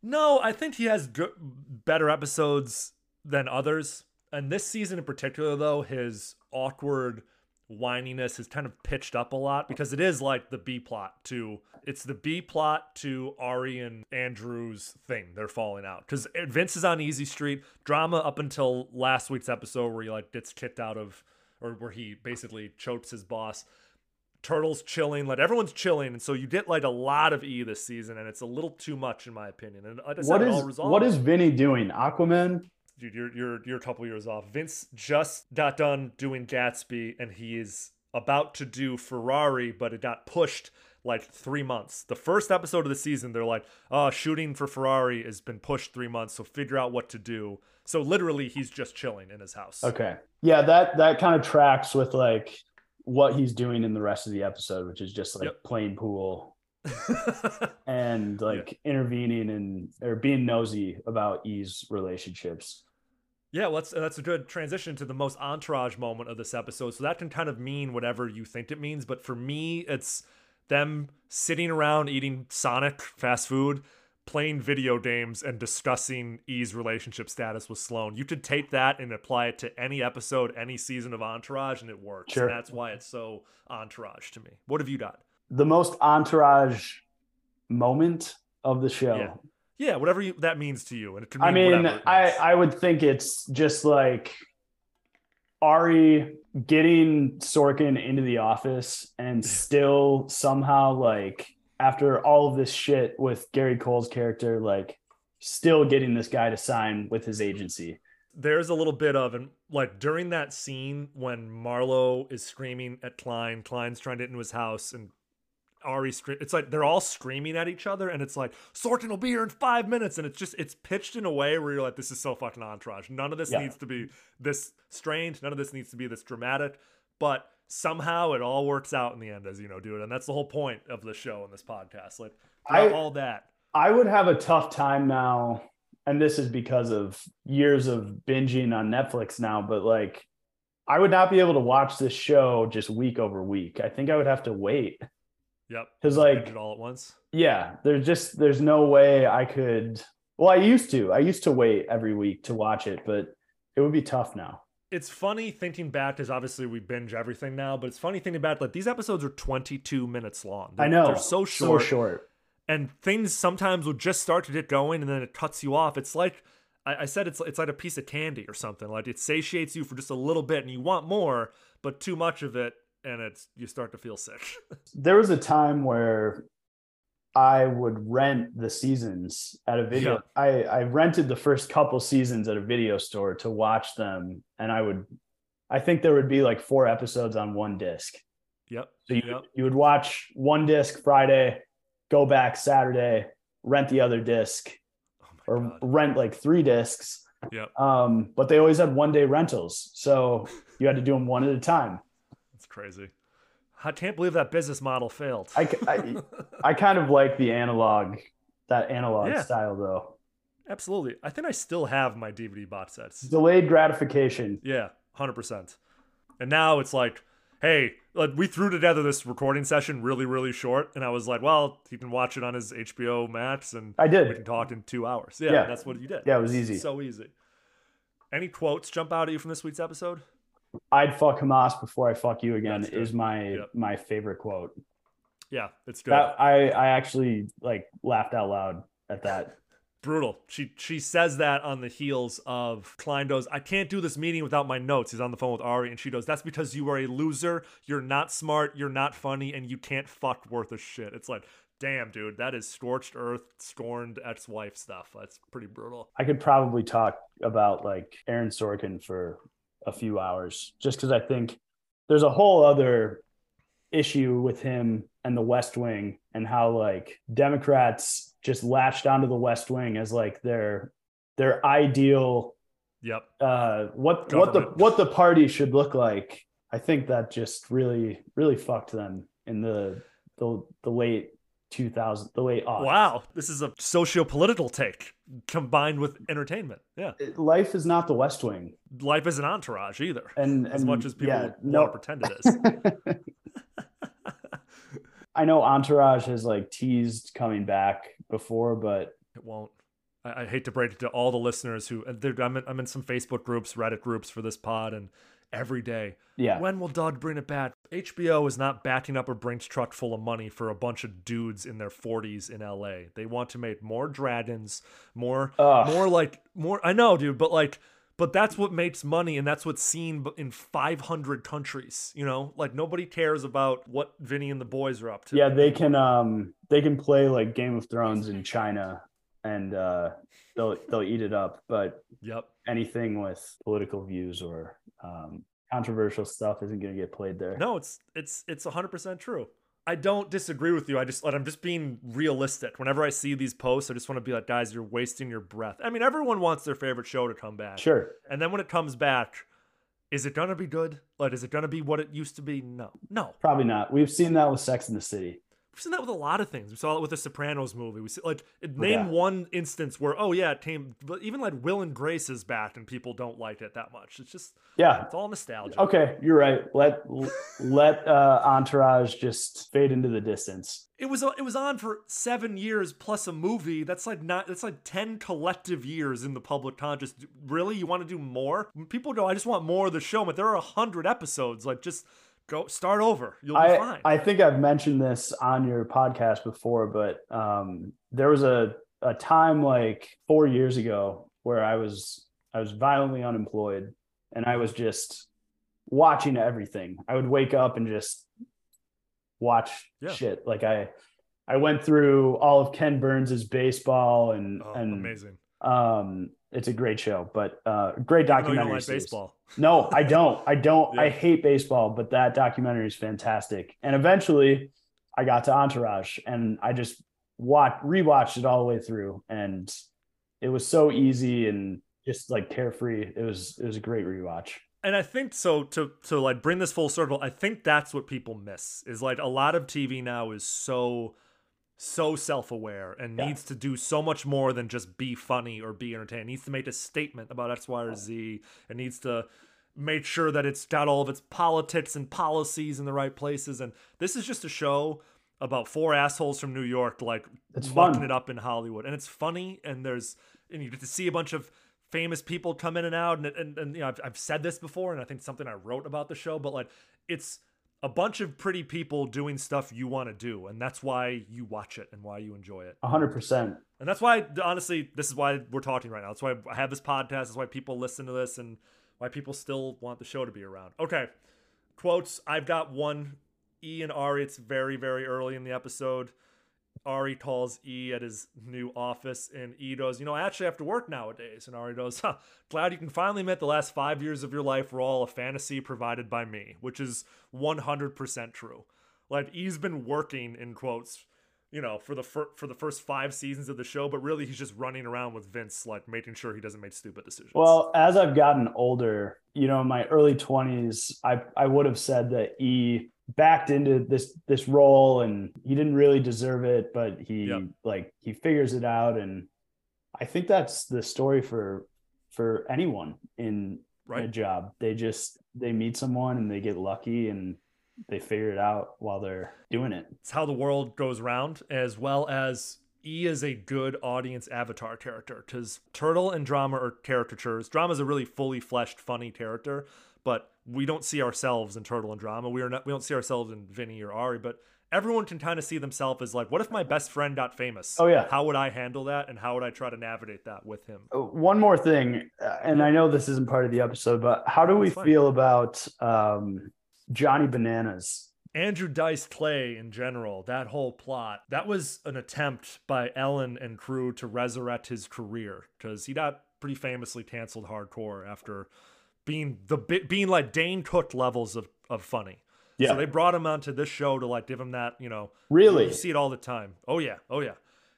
Speaker 5: no. I think he has good, better episodes than others, and this season in particular, though, his awkward whininess has kind of pitched up a lot because it is like the B plot to it's the B plot to Ari and Andrew's thing. They're falling out because Vince is on Easy Street drama up until last week's episode where he like gets kicked out of or where he basically chokes his boss. Turtles chilling, like everyone's chilling, and so you get like a lot of E this season, and it's a little too much in my opinion. And like I said,
Speaker 6: What
Speaker 5: it all
Speaker 6: is
Speaker 5: resolved
Speaker 6: what is Vinny doing? Aquaman?
Speaker 5: dude, you're you're you're a couple years off. Vince just got done doing Gatsby, and he is about to do Ferrari, but it got pushed like three months. The first episode of the season, they're like, "Oh, shooting for Ferrari has been pushed three months, so figure out what to do." So literally, he's just chilling in his house.
Speaker 6: Okay. Yeah, that that kind of tracks with like what he's doing in the rest of the episode, which is just like playing pool and like intervening and or being nosy about E's relationships.
Speaker 5: Yeah, well, that's uh, that's a good transition to the most entourage moment of this episode. So that can kind of mean whatever you think it means, but for me, it's them sitting around eating Sonic fast food, playing video games, and discussing E's relationship status with Sloane. You could take that and apply it to any episode, any season of Entourage, and it works.
Speaker 6: Sure.
Speaker 5: And that's why it's so entourage to me. What have you got?
Speaker 6: The most entourage moment of the show.
Speaker 5: Yeah. Yeah, whatever you, that means to you, and it can mean
Speaker 6: I mean,
Speaker 5: whatever.
Speaker 6: I, I would think it's just like Ari getting Sorkin into the office and still somehow like after all of this shit with Gary Cole's character, like still getting this guy to sign with his agency.
Speaker 5: there's a little bit of and like during that scene when Marlowe is screaming at Klein, Klein's trying to get into his house and Ari scre- it's like they're all screaming at each other and it's like Sorkin will be here in 5 minutes and it's just it's pitched in a way where you're like this is so fucking entourage. None of this
Speaker 6: Yeah.
Speaker 5: needs to be this strange, none of this needs to be this dramatic, but somehow it all works out in the end as you know, dude. And that's the whole point of the show and this podcast. Like
Speaker 6: I-
Speaker 5: all that.
Speaker 6: I would have a tough time now, and this is because of years of binging on Netflix now, but like I would not be able to watch this show just week over week. I think I would have to wait.
Speaker 5: Yep.
Speaker 6: 'Cause,
Speaker 5: Just
Speaker 6: like-
Speaker 5: binge it all at once.
Speaker 6: Yeah, there's just there's no way I could well, I used to. I used to wait every week to watch it, but it would be tough now.
Speaker 5: it's funny thinking back because obviously we binge everything now, but it's funny thinking back like these episodes are 22 minutes long.
Speaker 6: I know.
Speaker 5: they're so short,
Speaker 6: So short.
Speaker 5: and things sometimes will just start to get going and then it cuts you off. It's like I, I said, it's it's like a piece of candy or something. Like it satiates you for just a little bit and you want more, but too much of it and it's you start to feel sick.
Speaker 6: there was a time where I would rent the seasons at a video. I, I rented the first couple seasons at a video store to watch them, and I would, I think there would be like four episodes on one disc.
Speaker 5: yep.
Speaker 6: So you you would watch one disc Friday, go back Saturday, rent the other disc,
Speaker 5: Oh
Speaker 6: or rent like three discs.
Speaker 5: Yep.
Speaker 6: Um, but they always had one day rentals, so you had to do them one at a time.
Speaker 5: It's crazy. I can't believe that business model failed.
Speaker 6: I, c- I- I kind of like the analog, that analog
Speaker 5: Yeah.
Speaker 6: style though.
Speaker 5: Absolutely. I think I still have my DVD box sets.
Speaker 6: Delayed gratification.
Speaker 5: Yeah, hundred percent. And now it's like, hey, like we threw together this recording session really, really short, and I was like, well, he can watch it on his HBO Max, and
Speaker 6: I did.
Speaker 5: We can talk in two hours. Yeah,
Speaker 6: Yeah.
Speaker 5: that's what you did.
Speaker 6: Yeah, it was
Speaker 5: It's
Speaker 6: easy.
Speaker 5: So easy. Any quotes jump out at you from this week's episode?
Speaker 6: I'd fuck Hamas before I fuck you again is my my favorite quote.
Speaker 5: Yeah, it's good.
Speaker 6: That I I actually like laughed out loud at that.
Speaker 5: Brutal. She she says that on the heels of Klein goes, I can't do this meeting without my notes. He's on the phone with Ari, and she goes, That's because you are a loser, you're not smart, you're not funny, and you can't fuck worth a shit. It's like, damn, dude, that is scorched earth, scorned ex-wife stuff. That's pretty brutal.
Speaker 6: I could probably talk about like Aaron Sorkin for a few hours just because I think there's a whole other issue with him and the West Wing and how like Democrats just latched onto the West Wing as like their their ideal
Speaker 5: Yep.
Speaker 6: uh what what the
Speaker 5: Government.
Speaker 6: what the party should look like. I think that just really really fucked them in the the the late 2000 the late aughts.
Speaker 5: Wow, this is a socio-political take combined with entertainment. Yeah.
Speaker 6: Life is not the West Wing.
Speaker 5: Life is an entourage either.
Speaker 6: And-
Speaker 5: as
Speaker 6: and,
Speaker 5: much as people
Speaker 6: yeah,
Speaker 5: would
Speaker 6: no-
Speaker 5: want to pretend it is.
Speaker 6: I know Entourage has like teased coming back before, but
Speaker 5: it won't. I, I hate to break it to all the listeners who and they're- I'm in, I'm in some Facebook groups, Reddit groups for this pod, and every day,
Speaker 6: Yeah.
Speaker 5: When will Doug bring it back? HBO is not backing up a Brinks truck full of money for a bunch of dudes in their 40s in LA. They want to make more dragons, more,
Speaker 6: Ugh.
Speaker 5: more like more. I know, dude, but like. But that's what makes money, and that's what's seen b- in 500 countries. You know, like nobody cares about what Vinny and the boys are up to.
Speaker 6: yeah, they can um they can play like Game of Thrones in China and uh they'll they'll eat it up, but
Speaker 5: yep.
Speaker 6: anything with political views or um controversial stuff isn't going to get played there.
Speaker 5: No, it's it's it's 100 percent true. I don't disagree with you. I just like I'm just being realistic. Whenever I see these posts, I just want to be like, guys, you're wasting your breath. I mean, everyone wants their favorite show to come back.
Speaker 6: Sure.
Speaker 5: And then when it comes back, is it gonna be good? Like, is it gonna be what it used to be? No. No.
Speaker 6: Probably not. We've seen that with Sex in the City.
Speaker 5: We've seen that with a lot of things. We saw it with the Sopranos movie. We see like it- name one instance where oh yeah, it came but even like Will and Grace is back and people don't like it that much. It's just
Speaker 6: Yeah.
Speaker 5: it's all nostalgia.
Speaker 6: Okay, you're right. Let let uh, Entourage just fade into the distance.
Speaker 5: It was it was on for seven years plus a movie. That's like not that's like ten collective years in the public conscious. Really, you want to do more? When People go, I just want more of the show, but there are a hundred episodes. Like just go start over. You'll be
Speaker 6: I,
Speaker 5: fine.
Speaker 6: I think I've mentioned this on your podcast before, but um, there was a, a time like four years ago where I was I was violently unemployed and I was just watching everything. I would wake up and just watch
Speaker 5: Yeah.
Speaker 6: shit. Like I I went through all of Ken Burns's baseball and and
Speaker 5: Oh, amazing.
Speaker 6: Um, it's a great show, but uh, great
Speaker 5: Even though you
Speaker 6: documentary.
Speaker 5: don't like
Speaker 6: series.
Speaker 5: baseball.
Speaker 6: No, I don't. I don't. I
Speaker 5: Yeah.
Speaker 6: hate baseball, but that documentary is fantastic. And eventually, I got to Entourage, and I just watch rewatched it all the way through, and it was so easy and just like carefree. It was it was a great rewatch.
Speaker 5: and I think so to to like bring this full circle, I think that's what people miss is like a lot of TV now is so so self-aware and
Speaker 6: Yeah.
Speaker 5: needs to do so much more than just be funny or be entertained. It needs to make a statement about X, Y, or Z. It needs to make sure that it's got all of its politics and policies in the right places. And this is just a show about four assholes from New York like
Speaker 6: It's
Speaker 5: mucking
Speaker 6: fun.
Speaker 5: it up in Hollywood. And it's funny and there's and you get to see a bunch of famous people come in and out and and, and you know I've, I've said this before and I think it's something I wrote about the show but like it's a bunch of pretty people doing stuff you want to do and that's why you watch it and why you enjoy it.
Speaker 6: A hundred percent.
Speaker 5: And that's why, honestly, this is why we're talking right now. That's why I have this podcast. That's why people listen to this and why people still want the show to be around. Okay. Quotes I've got one E and Ari. It's very, very early in the episode. Ari calls E at his new office, and E goes, You know, I actually have to work nowadays. And Ari goes, huh, Glad you can finally admit the last five years of your life were all a fantasy provided by me, which is 100% true. Like, E's been working, in quotes, you know, for the fir- for the first five seasons of the show, but really he's just running around with Vince, like making sure he doesn't make stupid decisions.
Speaker 6: Well, as I've gotten older, you know, in my early 20s, I, I would have said that he backed into this this role and he didn't really deserve it, but he like he figures it out and I think that's the story for for anyone in a
Speaker 5: Right.
Speaker 6: job. They just they meet someone and they get lucky and they figure it out while they're doing it.
Speaker 5: It's how the world goes round, as well as E is a good audience avatar character because Turtle and Drama are caricatures. Drama is a really fully fleshed, funny character, but we don't see ourselves in Turtle and Drama. We are not. We don't see ourselves in Vinny or Ari, but everyone can kind of see themselves as like, what if my best friend got famous?
Speaker 6: Oh, yeah.
Speaker 5: How would I handle that, and how would I try to navigate that with him?
Speaker 6: one more thing, uh, and I know this isn't part of the episode, but how do we
Speaker 5: It's fine.
Speaker 6: feel about um, Johnny Bananas?
Speaker 5: Andrew Dice Clay in general, that whole plot, that was an attempt by Ellen and crew to resurrect his career because he got pretty famously canceled hardcore after being the bi- being like Dane Cook levels of of funny.
Speaker 6: Yeah.
Speaker 5: So they brought him onto this show to like give him that, you know.
Speaker 6: Really?
Speaker 5: You see it all the time. Oh yeah. Oh yeah.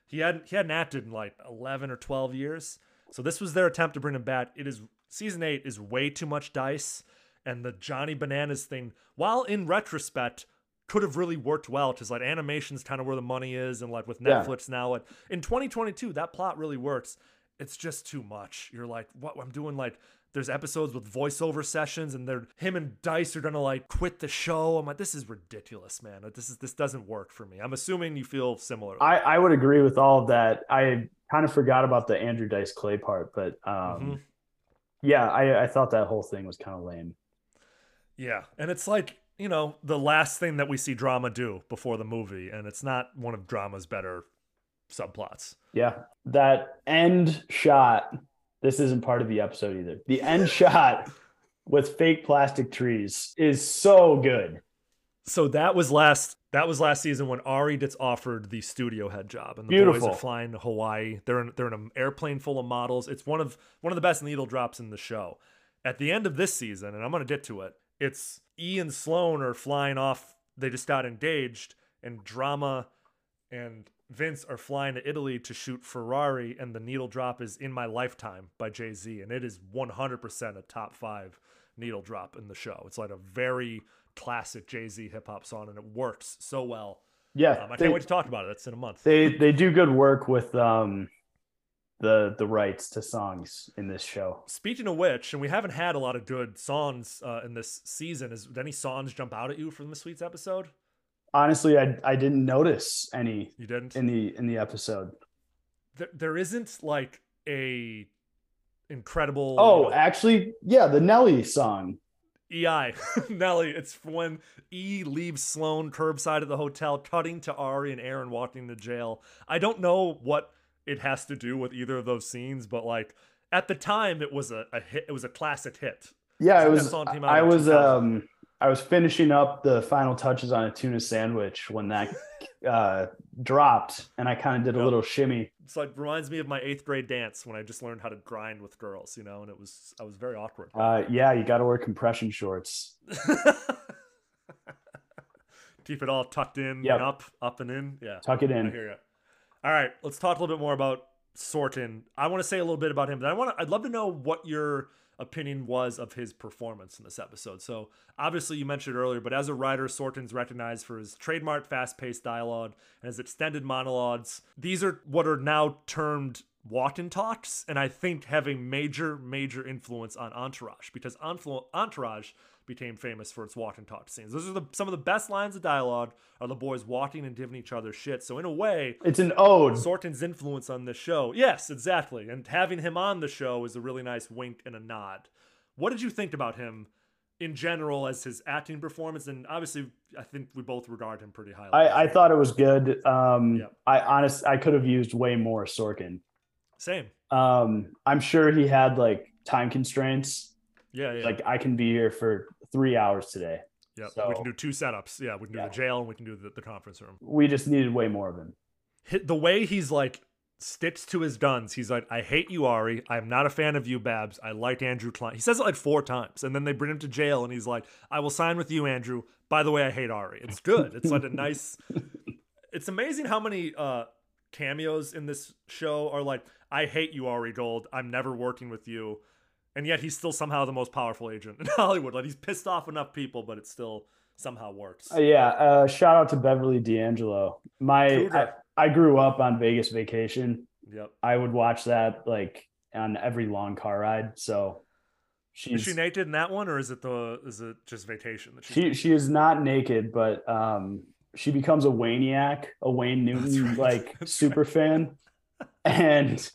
Speaker 5: He hadn't he hadn't acted in like eleven or twelve years. So this was their attempt to bring him back. It is season eight is way too much dice, and the Johnny Bananas thing, while in retrospect, could have really worked well because like animation's kind of where the money is, and like with
Speaker 6: Yeah.
Speaker 5: Netflix now, like in 2022, that plot really works. It's just too much. You're like, what I'm doing like. There's episodes with voiceover sessions, and they're him and Dice are gonna like quit the show. I'm like, this is ridiculous, man. Like, This is this doesn't work for me. I'm assuming you feel similar.
Speaker 6: I, I would agree with all of that. I kind of forgot about the Andrew Dice Clay part, but um,
Speaker 5: Mhm.
Speaker 6: yeah, I, I thought that whole thing was kind of lame.
Speaker 5: Yeah. And it's like, you know, the last thing that we see drama do before the movie, and it's not one of drama's better subplots.
Speaker 6: Yeah, that end shot. This isn't part of the episode either. The end shot with fake plastic trees is so good.
Speaker 5: So that was last that was last season when Ari gets offered the studio head job and the
Speaker 6: Beautiful.
Speaker 5: boys are flying to Hawaii. They're in they're in an airplane full of models. It's one of one of the best needle drops in the show. At the end of this season, and I'm gonna get to it, it's E and Sloan are flying off, they just got engaged, and drama and Vince are flying to Italy to shoot Ferrari, and the needle drop is "In My Lifetime" by Jay Z, and it is 100% a top five needle drop in the show. It's like a very classic Jay Z hip hop song, and it works so well.
Speaker 6: Yeah,
Speaker 5: um, I
Speaker 6: they-
Speaker 5: can't wait to talk about it. That's in a month.
Speaker 6: They they do good work with um the the rights to songs in this show.
Speaker 5: Speaking of which, and we haven't had a lot of good songs uh, in this season. Is did any songs jump out at you from this week's episode?
Speaker 6: Honestly, I I didn't notice any
Speaker 5: you didn't
Speaker 6: in the in the episode.
Speaker 5: There, there isn't like a incredible.
Speaker 6: Oh, actually, yeah, the Nelly song.
Speaker 5: EI E Nelly. It's when E leaves Sloan curbside at the hotel, cutting to Ari and Aaron walking to jail. I don't know what it has to do with either of those scenes, but like at the time, it was a, a hit. It was a classic hit.
Speaker 6: Yeah,
Speaker 5: That
Speaker 6: it was.
Speaker 5: song came out
Speaker 6: I
Speaker 5: in
Speaker 6: was
Speaker 5: 2000.
Speaker 6: um I was finishing up the final touches on a tuna sandwich when that uh dropped, and I kind of did a little shimmy.
Speaker 5: It's like reminds me of my eighth grade dance when I just learned how to grind with girls, you know, and it was I was very awkward.
Speaker 6: Uh, yeah, you got to wear compression shorts.
Speaker 5: Keep it all tucked in
Speaker 6: Yep.
Speaker 5: and up, up and in. Yeah.
Speaker 6: Tuck it in.
Speaker 5: I hear you. All right, let's talk a little bit more about Sorkin. I want to say a little bit about him, but I want to I'd love to know what your opinion was of his performance in this episode. So, obviously you mentioned it earlier, but as a writer, Sorkin's recognized for his trademark fast-paced dialogue and his extended monologues. These are what are now termed walk and talks and I think have a major major influence on Entourage because Enflu- Entourage became famous for its walk and talk scenes. Those are the, some of the best lines of dialogue are the boys walking and giving each other shit. So in a way,
Speaker 6: It's an ode.
Speaker 5: Sorkin's influence on this show. Oh, Yes, exactly. And having him on the show is a really nice wink and a nod. What did you think about him in general as his acting performance? And obviously, I think we both regard him pretty highly.
Speaker 6: I, I thought it was good. Um, I honest, I could have used way more Sorkin.
Speaker 5: Same.
Speaker 6: Um, I'm sure he had like time constraints.
Speaker 5: Yeah, yeah.
Speaker 6: Like I can be here for three hours today.
Speaker 5: Yep.
Speaker 6: So-
Speaker 5: we can do two setups. Yeah, we can do the jail and we can do the, the conference room.
Speaker 6: We just needed way more of him.
Speaker 5: hit the way he's like sticks to his guns. He's like, I hate you, Ari. I'm not a fan of you, Babs. I like Andrew Klein. He says it like four times, and then they bring him to jail, and he's like, I will sign with you, Andrew. By the way, I hate Ari. It's good. It's like a nice. It's amazing how many uh cameos in this show are like, I hate you, Ari Gold. I'm never working with you. And yet he's still somehow the most powerful agent in Hollywood. Like he's pissed off enough people, but it still somehow works.
Speaker 6: Uh, yeah. Uh, shout out to Beverly D'Angelo. My I,
Speaker 5: Cougar.
Speaker 6: I grew up on Vegas Vacation.
Speaker 5: Yep.
Speaker 6: I would watch that like on every long car ride. So she's
Speaker 5: Is she naked in that one, or is it the is it just vacation that she's
Speaker 6: she she is not naked, but um, she becomes a Waniac, a Wayne Newton like super fan, and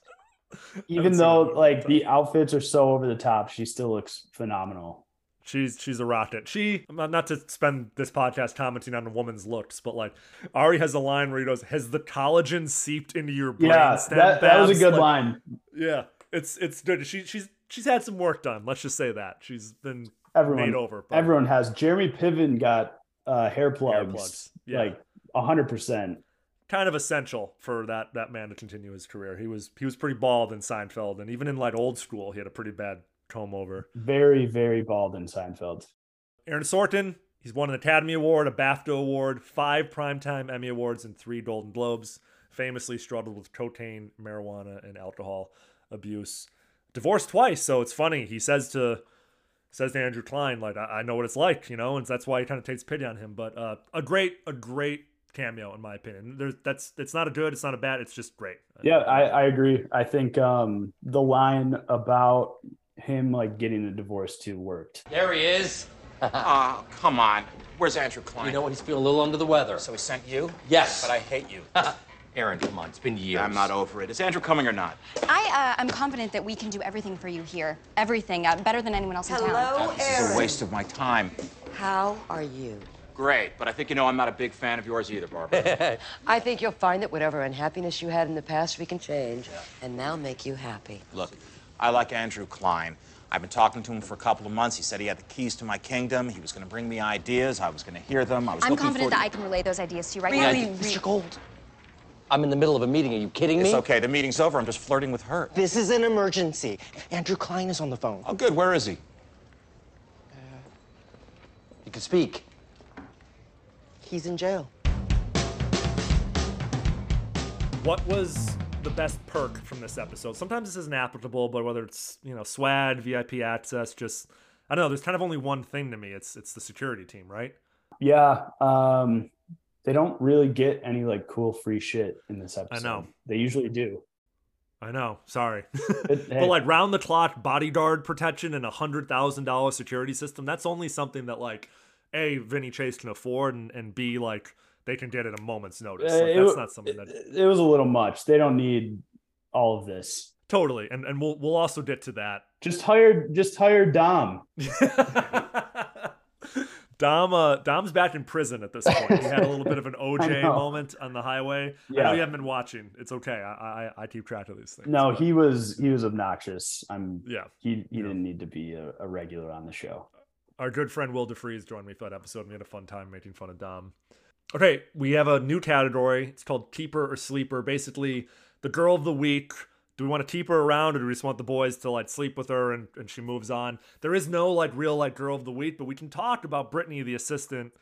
Speaker 6: even though like the outfits are so over the top, she still looks phenomenal.
Speaker 5: She's she's a rocket. She not not to spend this podcast commenting on a woman's looks, but like Ari has a line where he goes, "Has the collagen seeped into your brain?"
Speaker 6: Yeah, that, that was a good line.
Speaker 5: Yeah, it's it's good. She she's she's had some work done. Let's just say that she's been
Speaker 6: Everyone,
Speaker 5: made over. but-
Speaker 6: everyone has. Jeremy Piven got uh, hair plugs,
Speaker 5: plugs, yeah.
Speaker 6: like hundred percent.
Speaker 5: kind of essential for that that man to continue his career. He was he was pretty bald in Seinfeld, and even in like old school, he had a pretty bad comb over.
Speaker 6: Very, very bald in Seinfeld.
Speaker 5: Aaron Sorkin, he's won an Academy Award, a BAFTA Award, five Primetime Emmy Awards, and three Golden Globes. Famously struggled with cocaine, marijuana, and alcohol abuse. Divorced twice, so it's funny. He says to says to Andrew Klein, like, I, I know what it's like, you know, and that's why he kind of takes pity on him. But uh, a great, a great cameo in my opinion. There's that's it's not a good, it's not a bad, it's just great.
Speaker 6: Yeah, I, I agree. I think um, the line about him like getting a divorce too worked.
Speaker 10: There he is. oh, come on. Where's Andrew Klein?
Speaker 2: You know what? He's feeling a little under the weather. So
Speaker 10: he sent you?
Speaker 2: Yes.
Speaker 10: But I hate you.
Speaker 2: Aaron, come on. It's been years.
Speaker 10: I'm not over it. Is Andrew coming or not?
Speaker 16: I uh, am confident that we can do everything for you here. Everything, uh, better than anyone else in town.
Speaker 10: God, this is a waste of my time.
Speaker 17: How are you?
Speaker 10: Great, but I think you know I'm not a big fan of yours either, Barbara.
Speaker 17: I think you'll find that whatever unhappiness you had in the past, we can change and now make you happy.
Speaker 10: Look, I like Andrew Klein. I've been talking to him for a couple of months. He said he had the keys to my kingdom. He was going to bring me ideas. I was going to hear them. I was
Speaker 16: I'm
Speaker 10: looking
Speaker 16: confident
Speaker 10: forward
Speaker 16: that I can relay those ideas to you right
Speaker 10: Really?
Speaker 16: now.
Speaker 10: Mr.
Speaker 16: Gold.
Speaker 10: I'm in the middle of a meeting. Are you kidding
Speaker 16: me?
Speaker 10: It's okay. The meeting's over. I'm just flirting with her.
Speaker 13: This is an emergency. Andrew Klein is on the phone.
Speaker 10: Oh, good. Where is he?
Speaker 2: Uh,
Speaker 13: You can speak. He's in jail.
Speaker 5: What was the best perk from this episode? Sometimes this isn't applicable, but whether it's you know SWAD, VIP access, just I don't know. There's kind of only one thing to me. It's it's the security team, right?
Speaker 6: Yeah. Um, they don't really get any like cool free shit in this episode.
Speaker 5: know.
Speaker 6: They usually do.
Speaker 5: I know. Sorry,
Speaker 6: hey.
Speaker 5: but like round the clock bodyguard protection and a hundred thousand dollar security system. That's only something that like a Vinny Chase can afford, and, and b like they can get at a moment's notice.
Speaker 6: Uh,
Speaker 5: Like,
Speaker 6: it
Speaker 5: that's
Speaker 6: wa-
Speaker 5: not something that
Speaker 6: It was a little much. They don't need all of this.
Speaker 5: totally. And and we'll we'll also get to that
Speaker 6: Just hire just hire Dom.
Speaker 5: Dom, uh, Dom's back in prison at this point. He had a little bit of an
Speaker 6: I
Speaker 5: OJ
Speaker 6: know.
Speaker 5: moment on the highway. I know
Speaker 6: Yeah.
Speaker 5: you haven't been watching. It's okay. I, I I keep track of these things.
Speaker 6: No, he was he was obnoxious. I'm
Speaker 5: Yeah.
Speaker 6: He he didn't need to be a, a regular on the show.
Speaker 5: Our good friend Will DeFries joined me for that episode. and We had a fun time making fun of Dom. Okay, we have a new category. It's called keeper or sleeper. Basically, the girl of the week. Do we want to keep her around, or do we just want the boys to like sleep with her and, and she moves on? There is no like real like girl of the week, but we can talk about Brittany, the assistant,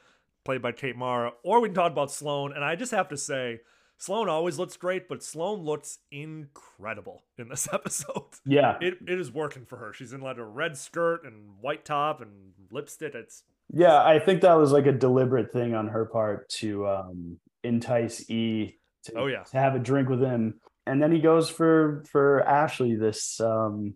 Speaker 5: played by Kate Mara, or we can talk about Sloane. And I just have to say, Sloane always looks great, but Sloane looks incredible in this episode.
Speaker 6: Yeah.
Speaker 5: It, it is working for her. She's in like a red skirt and white top and lipstick. It's
Speaker 6: Yeah, I think that was like a deliberate thing on her part to um, entice E to,
Speaker 5: Oh, yeah.
Speaker 6: to have a drink with him, and then he goes for for Ashley, this um,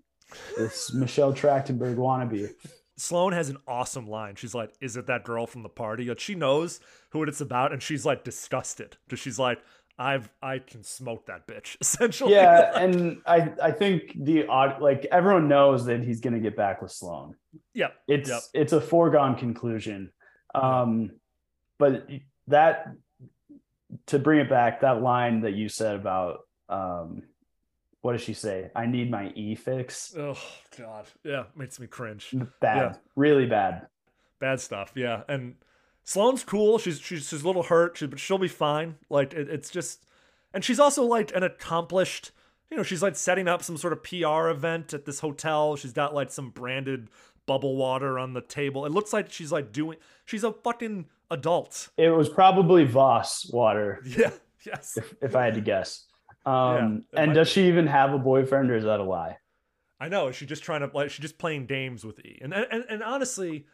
Speaker 6: this Michelle Trachtenberg wannabe.
Speaker 5: Sloane has an awesome line. She's like, Is it that girl from the party? Like, she knows who it's about and she's like disgusted. Because she's like, I've I can smoke that bitch, essentially.
Speaker 6: Yeah, and I I think the odd like everyone knows that he's gonna get back with Sloan.
Speaker 5: Yep.
Speaker 6: It's
Speaker 5: Yep.
Speaker 6: it's a foregone conclusion. Um, but that to bring it back, that line that you said about um, what does she say? I need my e fix.
Speaker 5: Oh God. Yeah. Makes me cringe.
Speaker 6: Bad,
Speaker 5: Yeah.
Speaker 6: really bad.
Speaker 5: Bad stuff. Yeah. And Sloane's cool. She's she's she's a little hurt, she, but she'll be fine. Like it, it's just, and she's also like an accomplished. You know, she's like setting up some sort of PR event at this hotel. She's got like some branded bubble water on the table. It looks like she's like doing. She's a fucking adult.
Speaker 6: It was probably Voss water.
Speaker 5: Yeah. Yes.
Speaker 6: If, if I had to guess. Um,
Speaker 5: Yeah, it
Speaker 6: and
Speaker 5: might
Speaker 6: does she even have a boyfriend, or is that a lie?
Speaker 5: I know. Is she just trying to like? She's just playing games with E. And and and honestly,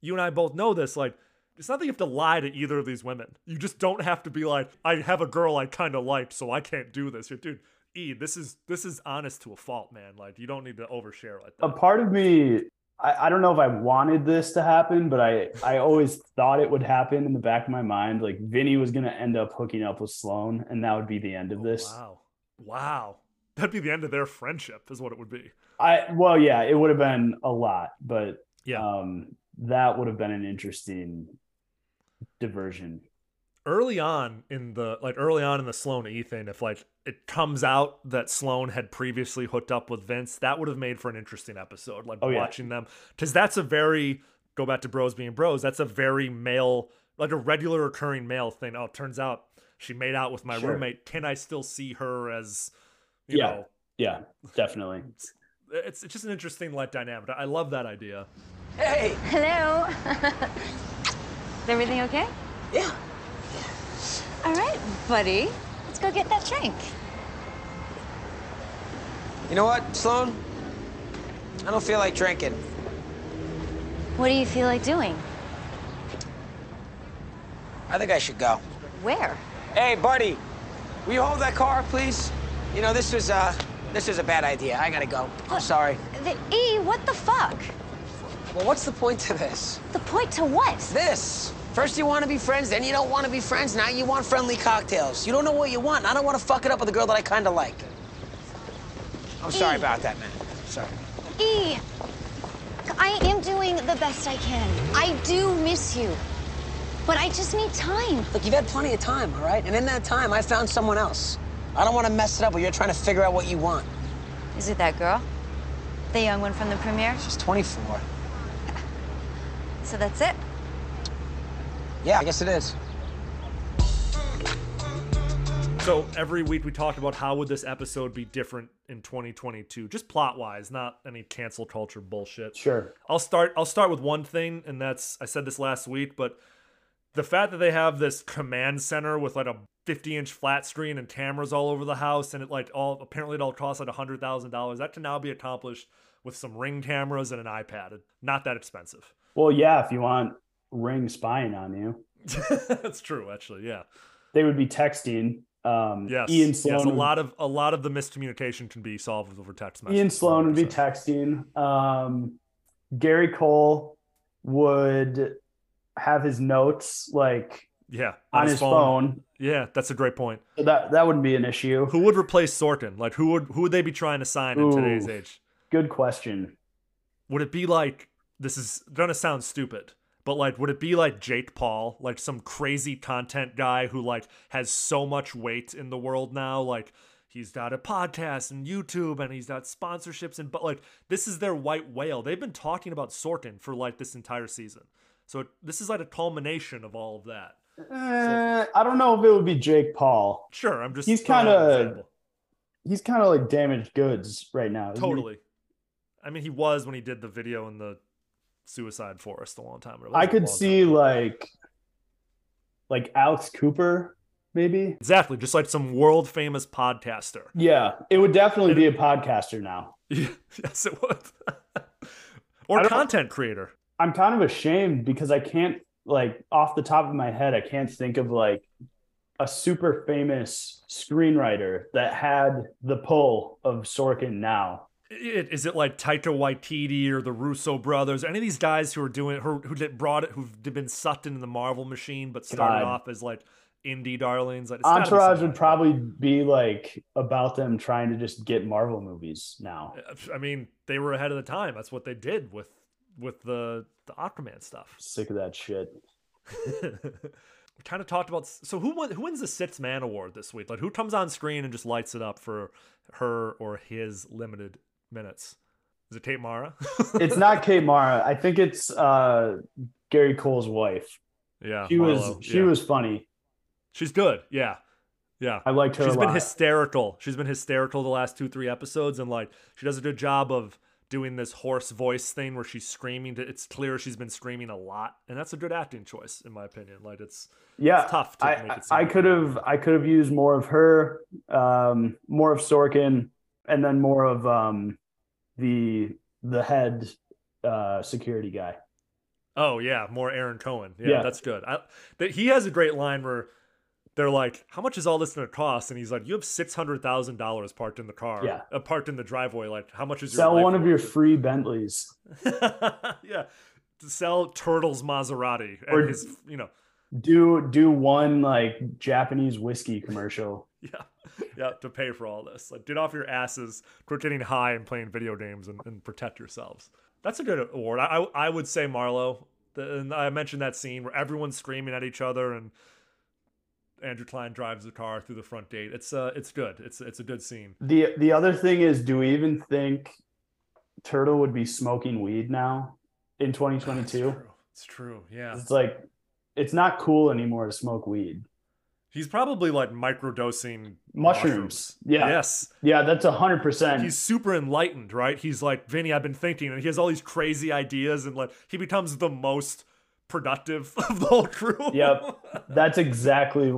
Speaker 5: you and I both know this. Like, it's not that you have to lie to either of these women. You just don't have to be like, I have a girl I kind of like, so I can't do this. You're, dude, E, this is this is honest to a fault, man. Like, you don't need to overshare like
Speaker 6: a part of me I, I don't know if I wanted this to happen, but I I always thought it would happen in the back of my mind. Like Vinny was gonna end up hooking up with Sloan and that would be the end of this.
Speaker 5: that. Oh, Wow, wow, that'd be the end of their friendship, is what it would be.
Speaker 6: I well yeah, it would have been a lot, but
Speaker 5: yeah,
Speaker 6: um that would have been an interesting diversion.
Speaker 5: early on in the like early on in the Sloan E thing, if like it comes out that Sloan had previously hooked up with Vince, that would have made for an interesting episode. Like
Speaker 6: Oh, yeah.
Speaker 5: watching them because that's a very go back to bros being bros. That's a very male, like a regular recurring male thing. Oh, it turns out she made out with my
Speaker 6: Sure.
Speaker 5: roommate. Can I still see her as you
Speaker 6: yeah.
Speaker 5: know?
Speaker 6: Yeah, definitely.
Speaker 5: It's it's just an interesting like dynamic. I love that idea.
Speaker 3: Hey!
Speaker 15: Hello. Is everything okay? Yeah. All right, buddy. Let's go get that drink.
Speaker 3: You know what, Sloan? I don't feel like drinking.
Speaker 15: What do you feel like doing?
Speaker 3: I think I should go.
Speaker 15: Where?
Speaker 3: Hey, buddy, will you hold that car, please? You know, this was, uh, this was a bad idea. I gotta go. I'm sorry.
Speaker 15: The E, what the fuck?
Speaker 3: Well, what's the point to this?
Speaker 15: The point to what?
Speaker 3: This. First you want to be friends, then you don't want to be friends. Now you want friendly cocktails. You don't know what you want. I don't want to fuck it up with a girl that I kind of like. I'm sorry
Speaker 15: Ew.
Speaker 3: about that, man. Sorry.
Speaker 15: E, I am doing the best I can. I do miss you. But I just need time.
Speaker 3: Look, you've had plenty of time, all right? And in that time, I found someone else. I don't want to mess it up while you're trying to figure out what you want.
Speaker 15: Is it that girl? The young one from the premiere?
Speaker 3: She's 24.
Speaker 15: So that's it?
Speaker 3: Yeah, I guess it is.
Speaker 5: So every week we talked about how would this episode be different in 2022, just plot wise, not any cancel culture bullshit.
Speaker 6: Sure.
Speaker 5: I'll start. I'll start with one thing, and that's I said this last week, but the fact that they have this command center with like a 50 inch flat screen and cameras all over the house and it like all apparently it all cost like $100000 that can now be accomplished with some ring cameras and an ipad not that expensive
Speaker 6: Well, yeah, if you want Ring spying on you,
Speaker 5: that's true actually yeah
Speaker 6: they would be texting. Um,
Speaker 5: yes,
Speaker 6: Ian
Speaker 5: yes,
Speaker 6: Sloan.
Speaker 5: a
Speaker 6: would-
Speaker 5: lot of a lot of the miscommunication can be solved over text messages
Speaker 6: Ian Sloan would be texting. Um, Gary Cole would have his notes like
Speaker 5: yeah
Speaker 6: on his phone.
Speaker 5: yeah that's a great point
Speaker 6: So that that wouldn't be an issue.
Speaker 5: Who would replace Sorkin? Like who would who would they be trying to sign in today's
Speaker 6: Ooh,
Speaker 5: age?
Speaker 6: Good question.
Speaker 5: Would it be like this is gonna sound stupid, but like would it be like Jake Paul, like some crazy content guy who like has so much weight in the world now, like he's got a podcast and YouTube and he's got sponsorships and but like this is their white whale. They've been talking about Sorkin for like this entire season. So it, this is like a culmination of all of that.
Speaker 6: Eh, I don't know if it would be Jake Paul.
Speaker 5: Sure, I'm just
Speaker 6: He's
Speaker 5: throwing
Speaker 6: kind
Speaker 5: out an
Speaker 6: of
Speaker 5: example.
Speaker 6: he's kind of like damaged goods right now. isn't he?
Speaker 5: Totally. I mean, he was when he did the video in the suicide forest a long time ago.
Speaker 6: I could see like like Alex Cooper maybe.
Speaker 5: Exactly, just like some world famous podcaster.
Speaker 6: Yeah, it would definitely be a podcaster now.
Speaker 5: yes, it would. or content creator.
Speaker 6: I'm kind of ashamed because I can't like off the top of my head, I can't think of like a super famous screenwriter that had the pull of Sorkin now.
Speaker 5: It, is it like Taika Waititi or the Russo brothers? Any of these guys who are doing who who did brought it, who've been sucked into the Marvel machine, but started
Speaker 6: God.
Speaker 5: off as like indie darlings. Like, it's gotta be
Speaker 6: Entourage would probably be like about them trying to just get Marvel movies now.
Speaker 5: some- I mean, they were ahead of the time. That's what they did with with the the Aquaman stuff.
Speaker 6: Sick of that shit.
Speaker 5: we kind of talked about so who won, who wins the sixth man award this week like who comes on screen and just lights it up for her or his limited minutes is it kate mara
Speaker 6: It's not Kate Mara. I think it's uh Gary Cole's wife.
Speaker 5: yeah
Speaker 6: She
Speaker 5: Harlow,
Speaker 6: was she
Speaker 5: yeah.
Speaker 6: was funny.
Speaker 5: she's good yeah yeah
Speaker 6: I liked her
Speaker 5: She's
Speaker 6: a
Speaker 5: been
Speaker 6: lot.
Speaker 5: hysterical she's been hysterical the last two three episodes and like she does a good job of doing this hoarse voice thing where she's screaming to, it's clear she's been screaming a lot and that's a good acting choice in my opinion like it's
Speaker 6: yeah
Speaker 5: it's tough to
Speaker 6: I,
Speaker 5: make it
Speaker 6: I-
Speaker 5: seem
Speaker 6: I could have i could have used more of her um more of sorkin and then more of um the the head uh security guy
Speaker 5: Oh yeah, more Aaron Cohen. Yeah,
Speaker 6: Yeah.
Speaker 5: that's good. I, that he has a great line where they're like, "How much is all this going to cost?" And he's like, "You have six hundred thousand dollars parked in the car,
Speaker 6: Yeah.
Speaker 5: uh, parked in the driveway. Like, how much is your
Speaker 6: sell
Speaker 5: life
Speaker 6: one of
Speaker 5: worth?"
Speaker 6: your free bentleys
Speaker 5: yeah to sell Turtles Maserati and
Speaker 6: Or-
Speaker 5: his you know
Speaker 6: do do one like japanese whiskey commercial
Speaker 5: yeah yeah to pay for all this. Like, get off your asses, quit getting high and playing video games, and, and protect yourselves. That's a good award. I I, I would say Marlowe. The- And I mentioned that scene where everyone's screaming at each other and Andrew Klein drives the car through the front gate. It's uh, it's good. It's it's a good scene.
Speaker 6: the the other thing is do we even think turtle would be smoking weed now in 2022
Speaker 5: It's true. Yeah,
Speaker 6: it's like it's not cool anymore to smoke weed
Speaker 5: he's probably like microdosing
Speaker 6: mushrooms. Yeah.
Speaker 5: Yes.
Speaker 6: Yeah, that's a hundred percent.
Speaker 5: He's super enlightened, right? He's like, Vinny, I've been thinking, and he has all these crazy ideas, and like he becomes the most productive of the whole crew.
Speaker 6: Yep. That's exactly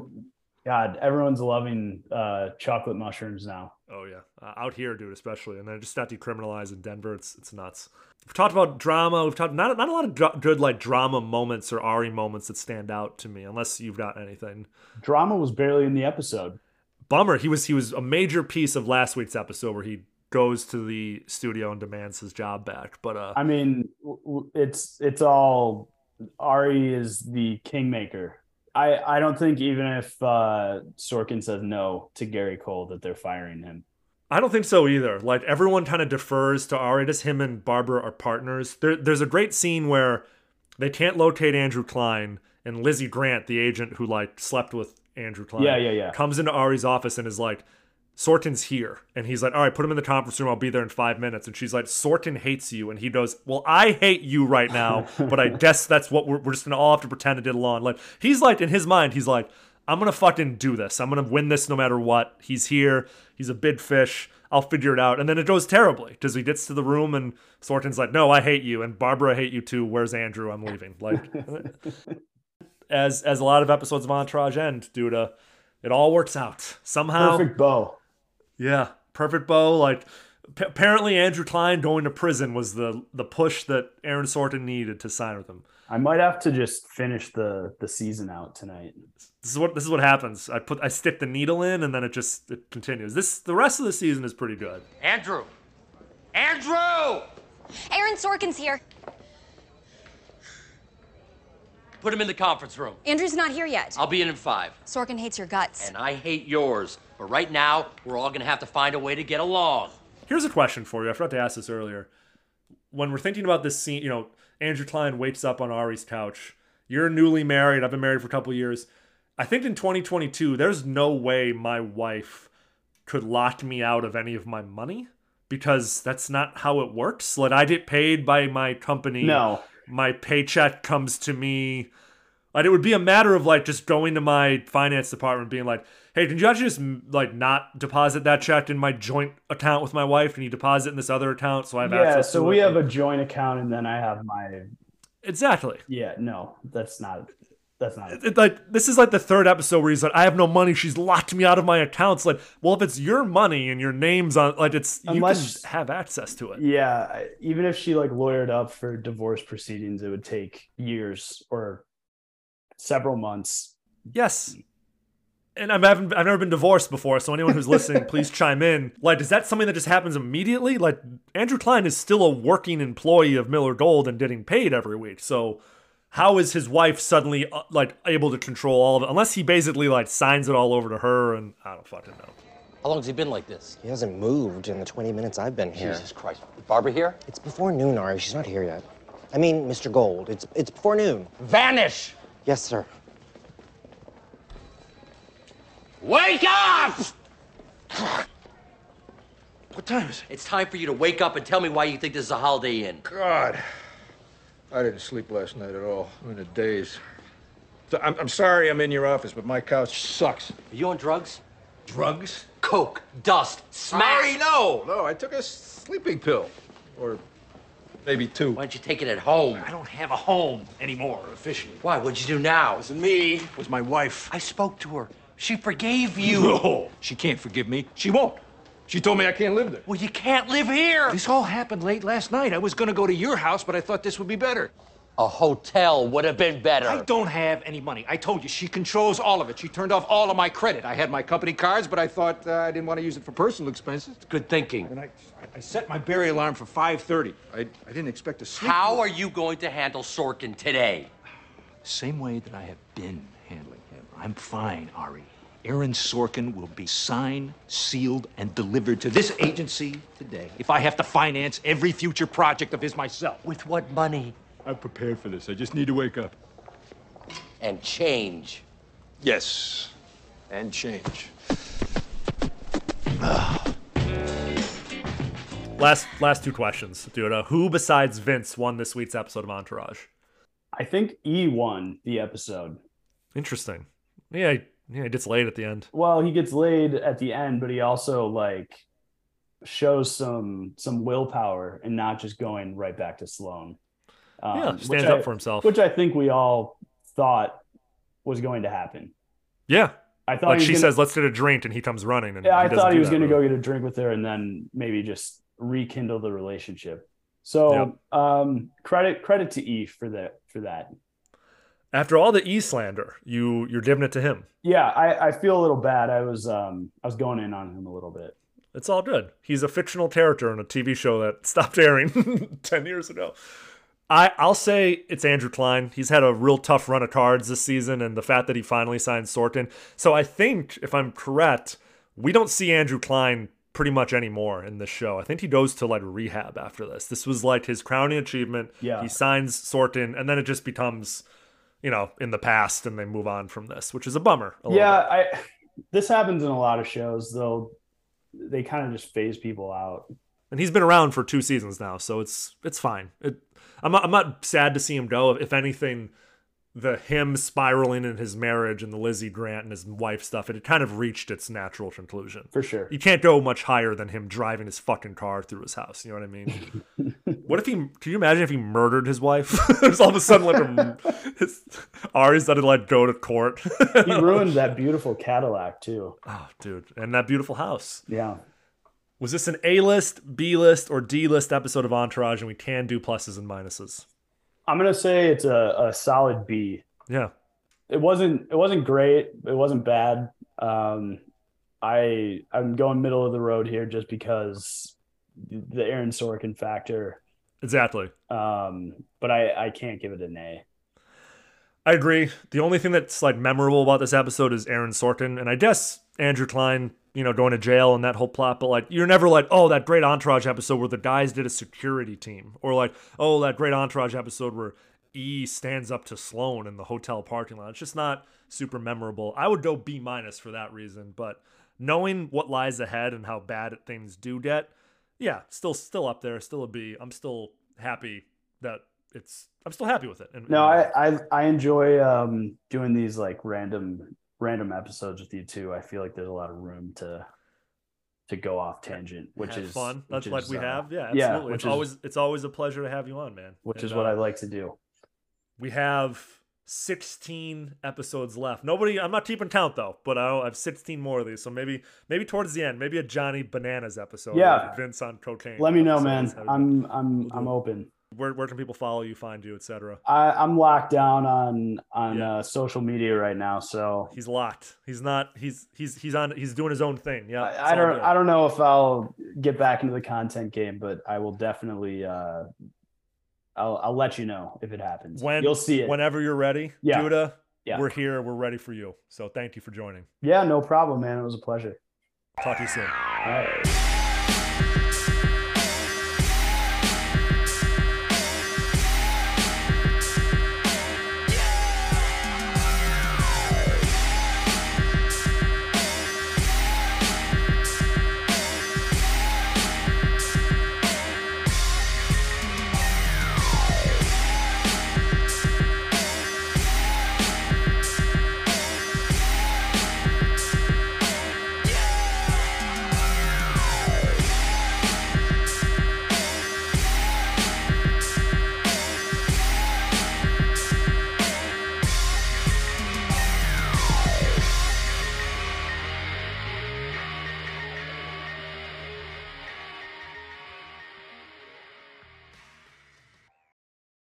Speaker 6: God, everyone's loving uh chocolate mushrooms now.
Speaker 5: Oh yeah, uh, out here, dude, especially, and then it just got decriminalized in Denver. It's it's nuts. We've talked about drama. We've talked not not a lot of dra- good like drama moments or Ari moments that stand out to me, unless you've got anything.
Speaker 6: Drama was barely in the episode.
Speaker 5: Bummer. He was he was a major piece of last week's episode where he goes to the studio and demands his job back. But uh,
Speaker 6: I mean, w- w- it's it's all Ari is the kingmaker. I I don't think even if uh Sorkin says no to Gary Cole that they're firing him.
Speaker 5: I don't think so either. Like everyone kind of defers to Ari. Just him and Barbara are partners. There, there's a great scene where they can't locate Andrew Klein, and Lizzie Grant, the agent who like slept with Andrew Klein,
Speaker 6: Yeah, yeah, yeah.
Speaker 5: comes into Ari's office and is like, "Sorkin's here," and he's like, "All right, put him in the conference room. I'll be there in five minutes." And she's like, "Sorkin hates you," and he goes, "Well, I hate you right now, but I guess that's what we're, we're just gonna all have to pretend to get along." Like he's like in his mind, he's like. I'm gonna fucking do this. I'm gonna win this no matter what. He's here. He's a big fish. I'll figure it out. And then it goes terribly because he gets to the room and Sorkin's like, "No, I hate you," and Barbara, I hate you too. Where's Andrew? I'm leaving. Like, as as a lot of episodes of Entourage end due to It all works out somehow.
Speaker 6: Perfect bow.
Speaker 5: Yeah, perfect bow. Like p- apparently Andrew Klein going to prison was the the push that Aaron Sorkin needed to sign with him.
Speaker 6: I might have to just finish the the season out tonight.
Speaker 5: This is what this is what happens. I put I stick the needle in and then it just it continues. This the rest of the season is pretty good.
Speaker 2: Andrew! Andrew!
Speaker 16: Aaron Sorkin's here.
Speaker 2: Put him in the conference room.
Speaker 16: Andrew's not here yet.
Speaker 2: I'll be in in five.
Speaker 16: Sorkin hates your guts.
Speaker 2: And I hate yours. But right now, we're all gonna have to find a way to get along.
Speaker 5: Here's a question for you. I forgot to ask this earlier. When we're thinking about this scene, you know, Andrew Klein wakes up on Ari's couch. You're newly married. I've been married for a couple years. I think in 2022, there's no way my wife could lock me out of any of my money because that's not how it works. Like I get paid by my company.
Speaker 6: No.
Speaker 5: My paycheck comes to me. Like it would be a matter of like just going to my finance department and being like, "Hey, can you actually just m- like not deposit that check in my joint account with my wife? Can you deposit in this other account so I have
Speaker 6: Yeah,
Speaker 5: access?"
Speaker 6: so
Speaker 5: to
Speaker 6: we
Speaker 5: it?
Speaker 6: have a joint account and then I have my
Speaker 5: exactly.
Speaker 6: Yeah, no, that's not that's not
Speaker 5: it- like this is like the third episode where he's like, "I have no money. She's locked me out of my accounts." Like, well, if it's your money and your name's on, like, it's
Speaker 6: Unless-
Speaker 5: you can have access to it.
Speaker 6: Yeah, I- even if she like lawyered up for divorce proceedings, it would take years or several months.
Speaker 5: Yes. And I'm, I've, I've never been divorced before, so anyone who's listening, please chime in. Like, is that something that just happens immediately? Like, Andrew Klein is still a working employee of Miller Gold and getting paid every week. So, how is his wife suddenly uh, like able to control all of it? Unless he basically like signs it all over to her, and I don't fucking know.
Speaker 2: How long's he been like this?
Speaker 13: He hasn't moved in the 20 minutes I've been here.
Speaker 2: Jesus Christ. Is Barbara here?
Speaker 13: It's before noon, Ari. She's not here yet. I mean, Mr. Gold. It's it's before noon.
Speaker 2: Vanish!
Speaker 13: Yes, sir.
Speaker 2: Wake up! What time is it? It's time for you to wake up and tell me why you think this is a holiday inn.
Speaker 18: God, I didn't sleep last night at all. I'm in a daze. So I'm, I'm sorry I'm in your office, but my couch sucks.
Speaker 2: Are you on drugs?
Speaker 18: Drugs?
Speaker 2: Coke, dust, smash.
Speaker 18: Sorry, no, no. I took a sleeping pill, or maybe two. Why
Speaker 2: don't you take it at home?
Speaker 18: I don't have a home anymore officially.
Speaker 2: Why? What'd you do now?
Speaker 18: It wasn't me. It was my wife.
Speaker 2: I spoke to her. She forgave you.
Speaker 18: No, she can't forgive me. She won't. She told me I can't live there.
Speaker 2: Well, you can't live here.
Speaker 18: This all happened late last night. I was going to go to your house, but I thought this would be better.
Speaker 2: A hotel would have been better.
Speaker 18: I don't have any money. I told you, she controls all of it. She turned off all of my credit. I had my company cards, but I thought uh, I didn't want to use it for personal expenses.
Speaker 2: Good thinking.
Speaker 18: And I, I set my berry alarm for 5.30. I, I didn't expect to sleep.
Speaker 2: How are you going to handle Sorkin today?
Speaker 18: Same way that I have been handling him. I'm fine, Ari. Aaron Sorkin will be signed, sealed, and delivered to this agency today if I have to finance every future project of his myself.
Speaker 2: With what money?
Speaker 18: I'm prepared for this. I just need to wake up.
Speaker 2: And change.
Speaker 18: Yes, and change.
Speaker 5: Last last two questions, dude. Uh, who besides Vince won this week's episode of Entourage?
Speaker 6: I think E won the episode.
Speaker 5: Interesting. Yeah, he- yeah, he gets laid at the end.
Speaker 6: Well, he gets laid at the end, but he also like shows some some willpower and not just going right back to Sloan.
Speaker 5: Yeah,
Speaker 6: which
Speaker 5: stands
Speaker 6: I-
Speaker 5: up for himself.
Speaker 6: which I think we all thought was going to happen.
Speaker 5: Yeah.
Speaker 6: I thought
Speaker 5: like
Speaker 6: he was
Speaker 5: she
Speaker 6: gonna-
Speaker 5: says, let's get a drink, and he comes running. And
Speaker 6: Yeah, I
Speaker 5: doesn't
Speaker 6: thought he
Speaker 5: do
Speaker 6: was
Speaker 5: that
Speaker 6: going to
Speaker 5: move.
Speaker 6: go get a drink with her and then maybe just rekindle the relationship. So, um, credit credit to Eve for that for that.
Speaker 5: After all the E slander, you you're giving it to him.
Speaker 6: Yeah, I, I feel a little bad. I was um I was going in on him a little bit.
Speaker 5: It's all good. He's a fictional character in a TV show that stopped airing ten years ago. I I'll say it's Andrew Klein. He's had a real tough run of cards this season, and the fact that he finally signed Sorkin. So I think, if I'm correct, we don't see Andrew Klein pretty much anymore in this show. I think he goes to like rehab after this. This was like his crowning achievement.
Speaker 6: Yeah.
Speaker 5: He signs Sorkin, and then it just becomes, you know, in the past, and they move on from this, which is a bummer. a little
Speaker 6: yeah, I this happens in a lot of shows though. They kind of just phase people out.
Speaker 5: and he's been around for two seasons now, so it's it's fine. It, I'm not, I'm not sad to see him go. If anything, the him spiraling in his marriage and the Lizzie Grant and his wife stuff, it had kind of reached its natural conclusion
Speaker 6: For sure.
Speaker 5: You can't go much higher than him driving his fucking car through his house. You know what I mean? What if he? Can you imagine if he murdered his wife? Just all of a sudden, like him, his, Ari's had to like go to court.
Speaker 6: He ruined that beautiful Cadillac too.
Speaker 5: Oh, dude, and that beautiful house.
Speaker 6: Yeah.
Speaker 5: Was this an A list, B list, or D list episode of Entourage? And we can do pluses and minuses.
Speaker 6: I'm gonna say it's a, a solid B.
Speaker 5: Yeah.
Speaker 6: It wasn't it wasn't great. It wasn't bad. Um, I I'm going middle of the road here just because the Aaron Sorkin factor.
Speaker 5: Exactly.
Speaker 6: Um, but I I can't give it an A.
Speaker 5: I agree. The only thing that's like memorable about this episode is Aaron Sorkin, and I guess Andrew Klein, you know, going to jail and that whole plot. But like, you're never like, oh, that great Entourage episode where the guys did a security team, or like, oh, that great Entourage episode where E stands up to Sloan in the hotel parking lot. It's just not super memorable. I would go B minus for that reason, but knowing what lies ahead and how bad things do get, yeah, still still up there, still a B. I'm still happy that it's. I'm still happy with it. And,
Speaker 6: No, I I, I enjoy um, doing these like random random episodes with you too. I feel like there's a lot of room to to go off tangent, which
Speaker 5: Have
Speaker 6: is
Speaker 5: fun.
Speaker 6: which
Speaker 5: That's like
Speaker 6: is,
Speaker 5: we
Speaker 6: uh,
Speaker 5: have. Yeah,
Speaker 6: yeah,
Speaker 5: absolutely.
Speaker 6: which
Speaker 5: it's
Speaker 6: is-
Speaker 5: always it's always a pleasure to have you on, man.
Speaker 6: which
Speaker 5: And,
Speaker 6: is what
Speaker 5: uh,
Speaker 6: I like to do.
Speaker 5: We have 16 episodes left. Nobody, I'm not keeping count though, but I, I have 16 more of these. So maybe, maybe towards the end, maybe a Johnny Bananas episode. or
Speaker 6: Yeah.
Speaker 5: Vince on cocaine.
Speaker 6: Let me know,
Speaker 5: episode.
Speaker 6: man.
Speaker 5: That's how we-
Speaker 6: I'm I'm I'm open.
Speaker 5: Where, where can people follow you, find you, etc.
Speaker 6: I, I'm locked down on on uh, social media right now, so
Speaker 5: He's locked. He's not. He's he's he's on. He's doing his own thing. Yeah. it's
Speaker 6: I
Speaker 5: all
Speaker 6: don't
Speaker 5: good.
Speaker 6: I don't know if I'll get back into the content game, but I will definitely uh I'll I'll let you know if it happens.
Speaker 5: When
Speaker 6: you'll see it.
Speaker 5: whenever you're ready.
Speaker 6: Yeah.
Speaker 5: Duda.
Speaker 6: Yeah.
Speaker 5: We're here. We're ready for you. So thank you for joining.
Speaker 6: Yeah, no problem, man. It was a pleasure.
Speaker 5: Talk to you soon.
Speaker 6: All right.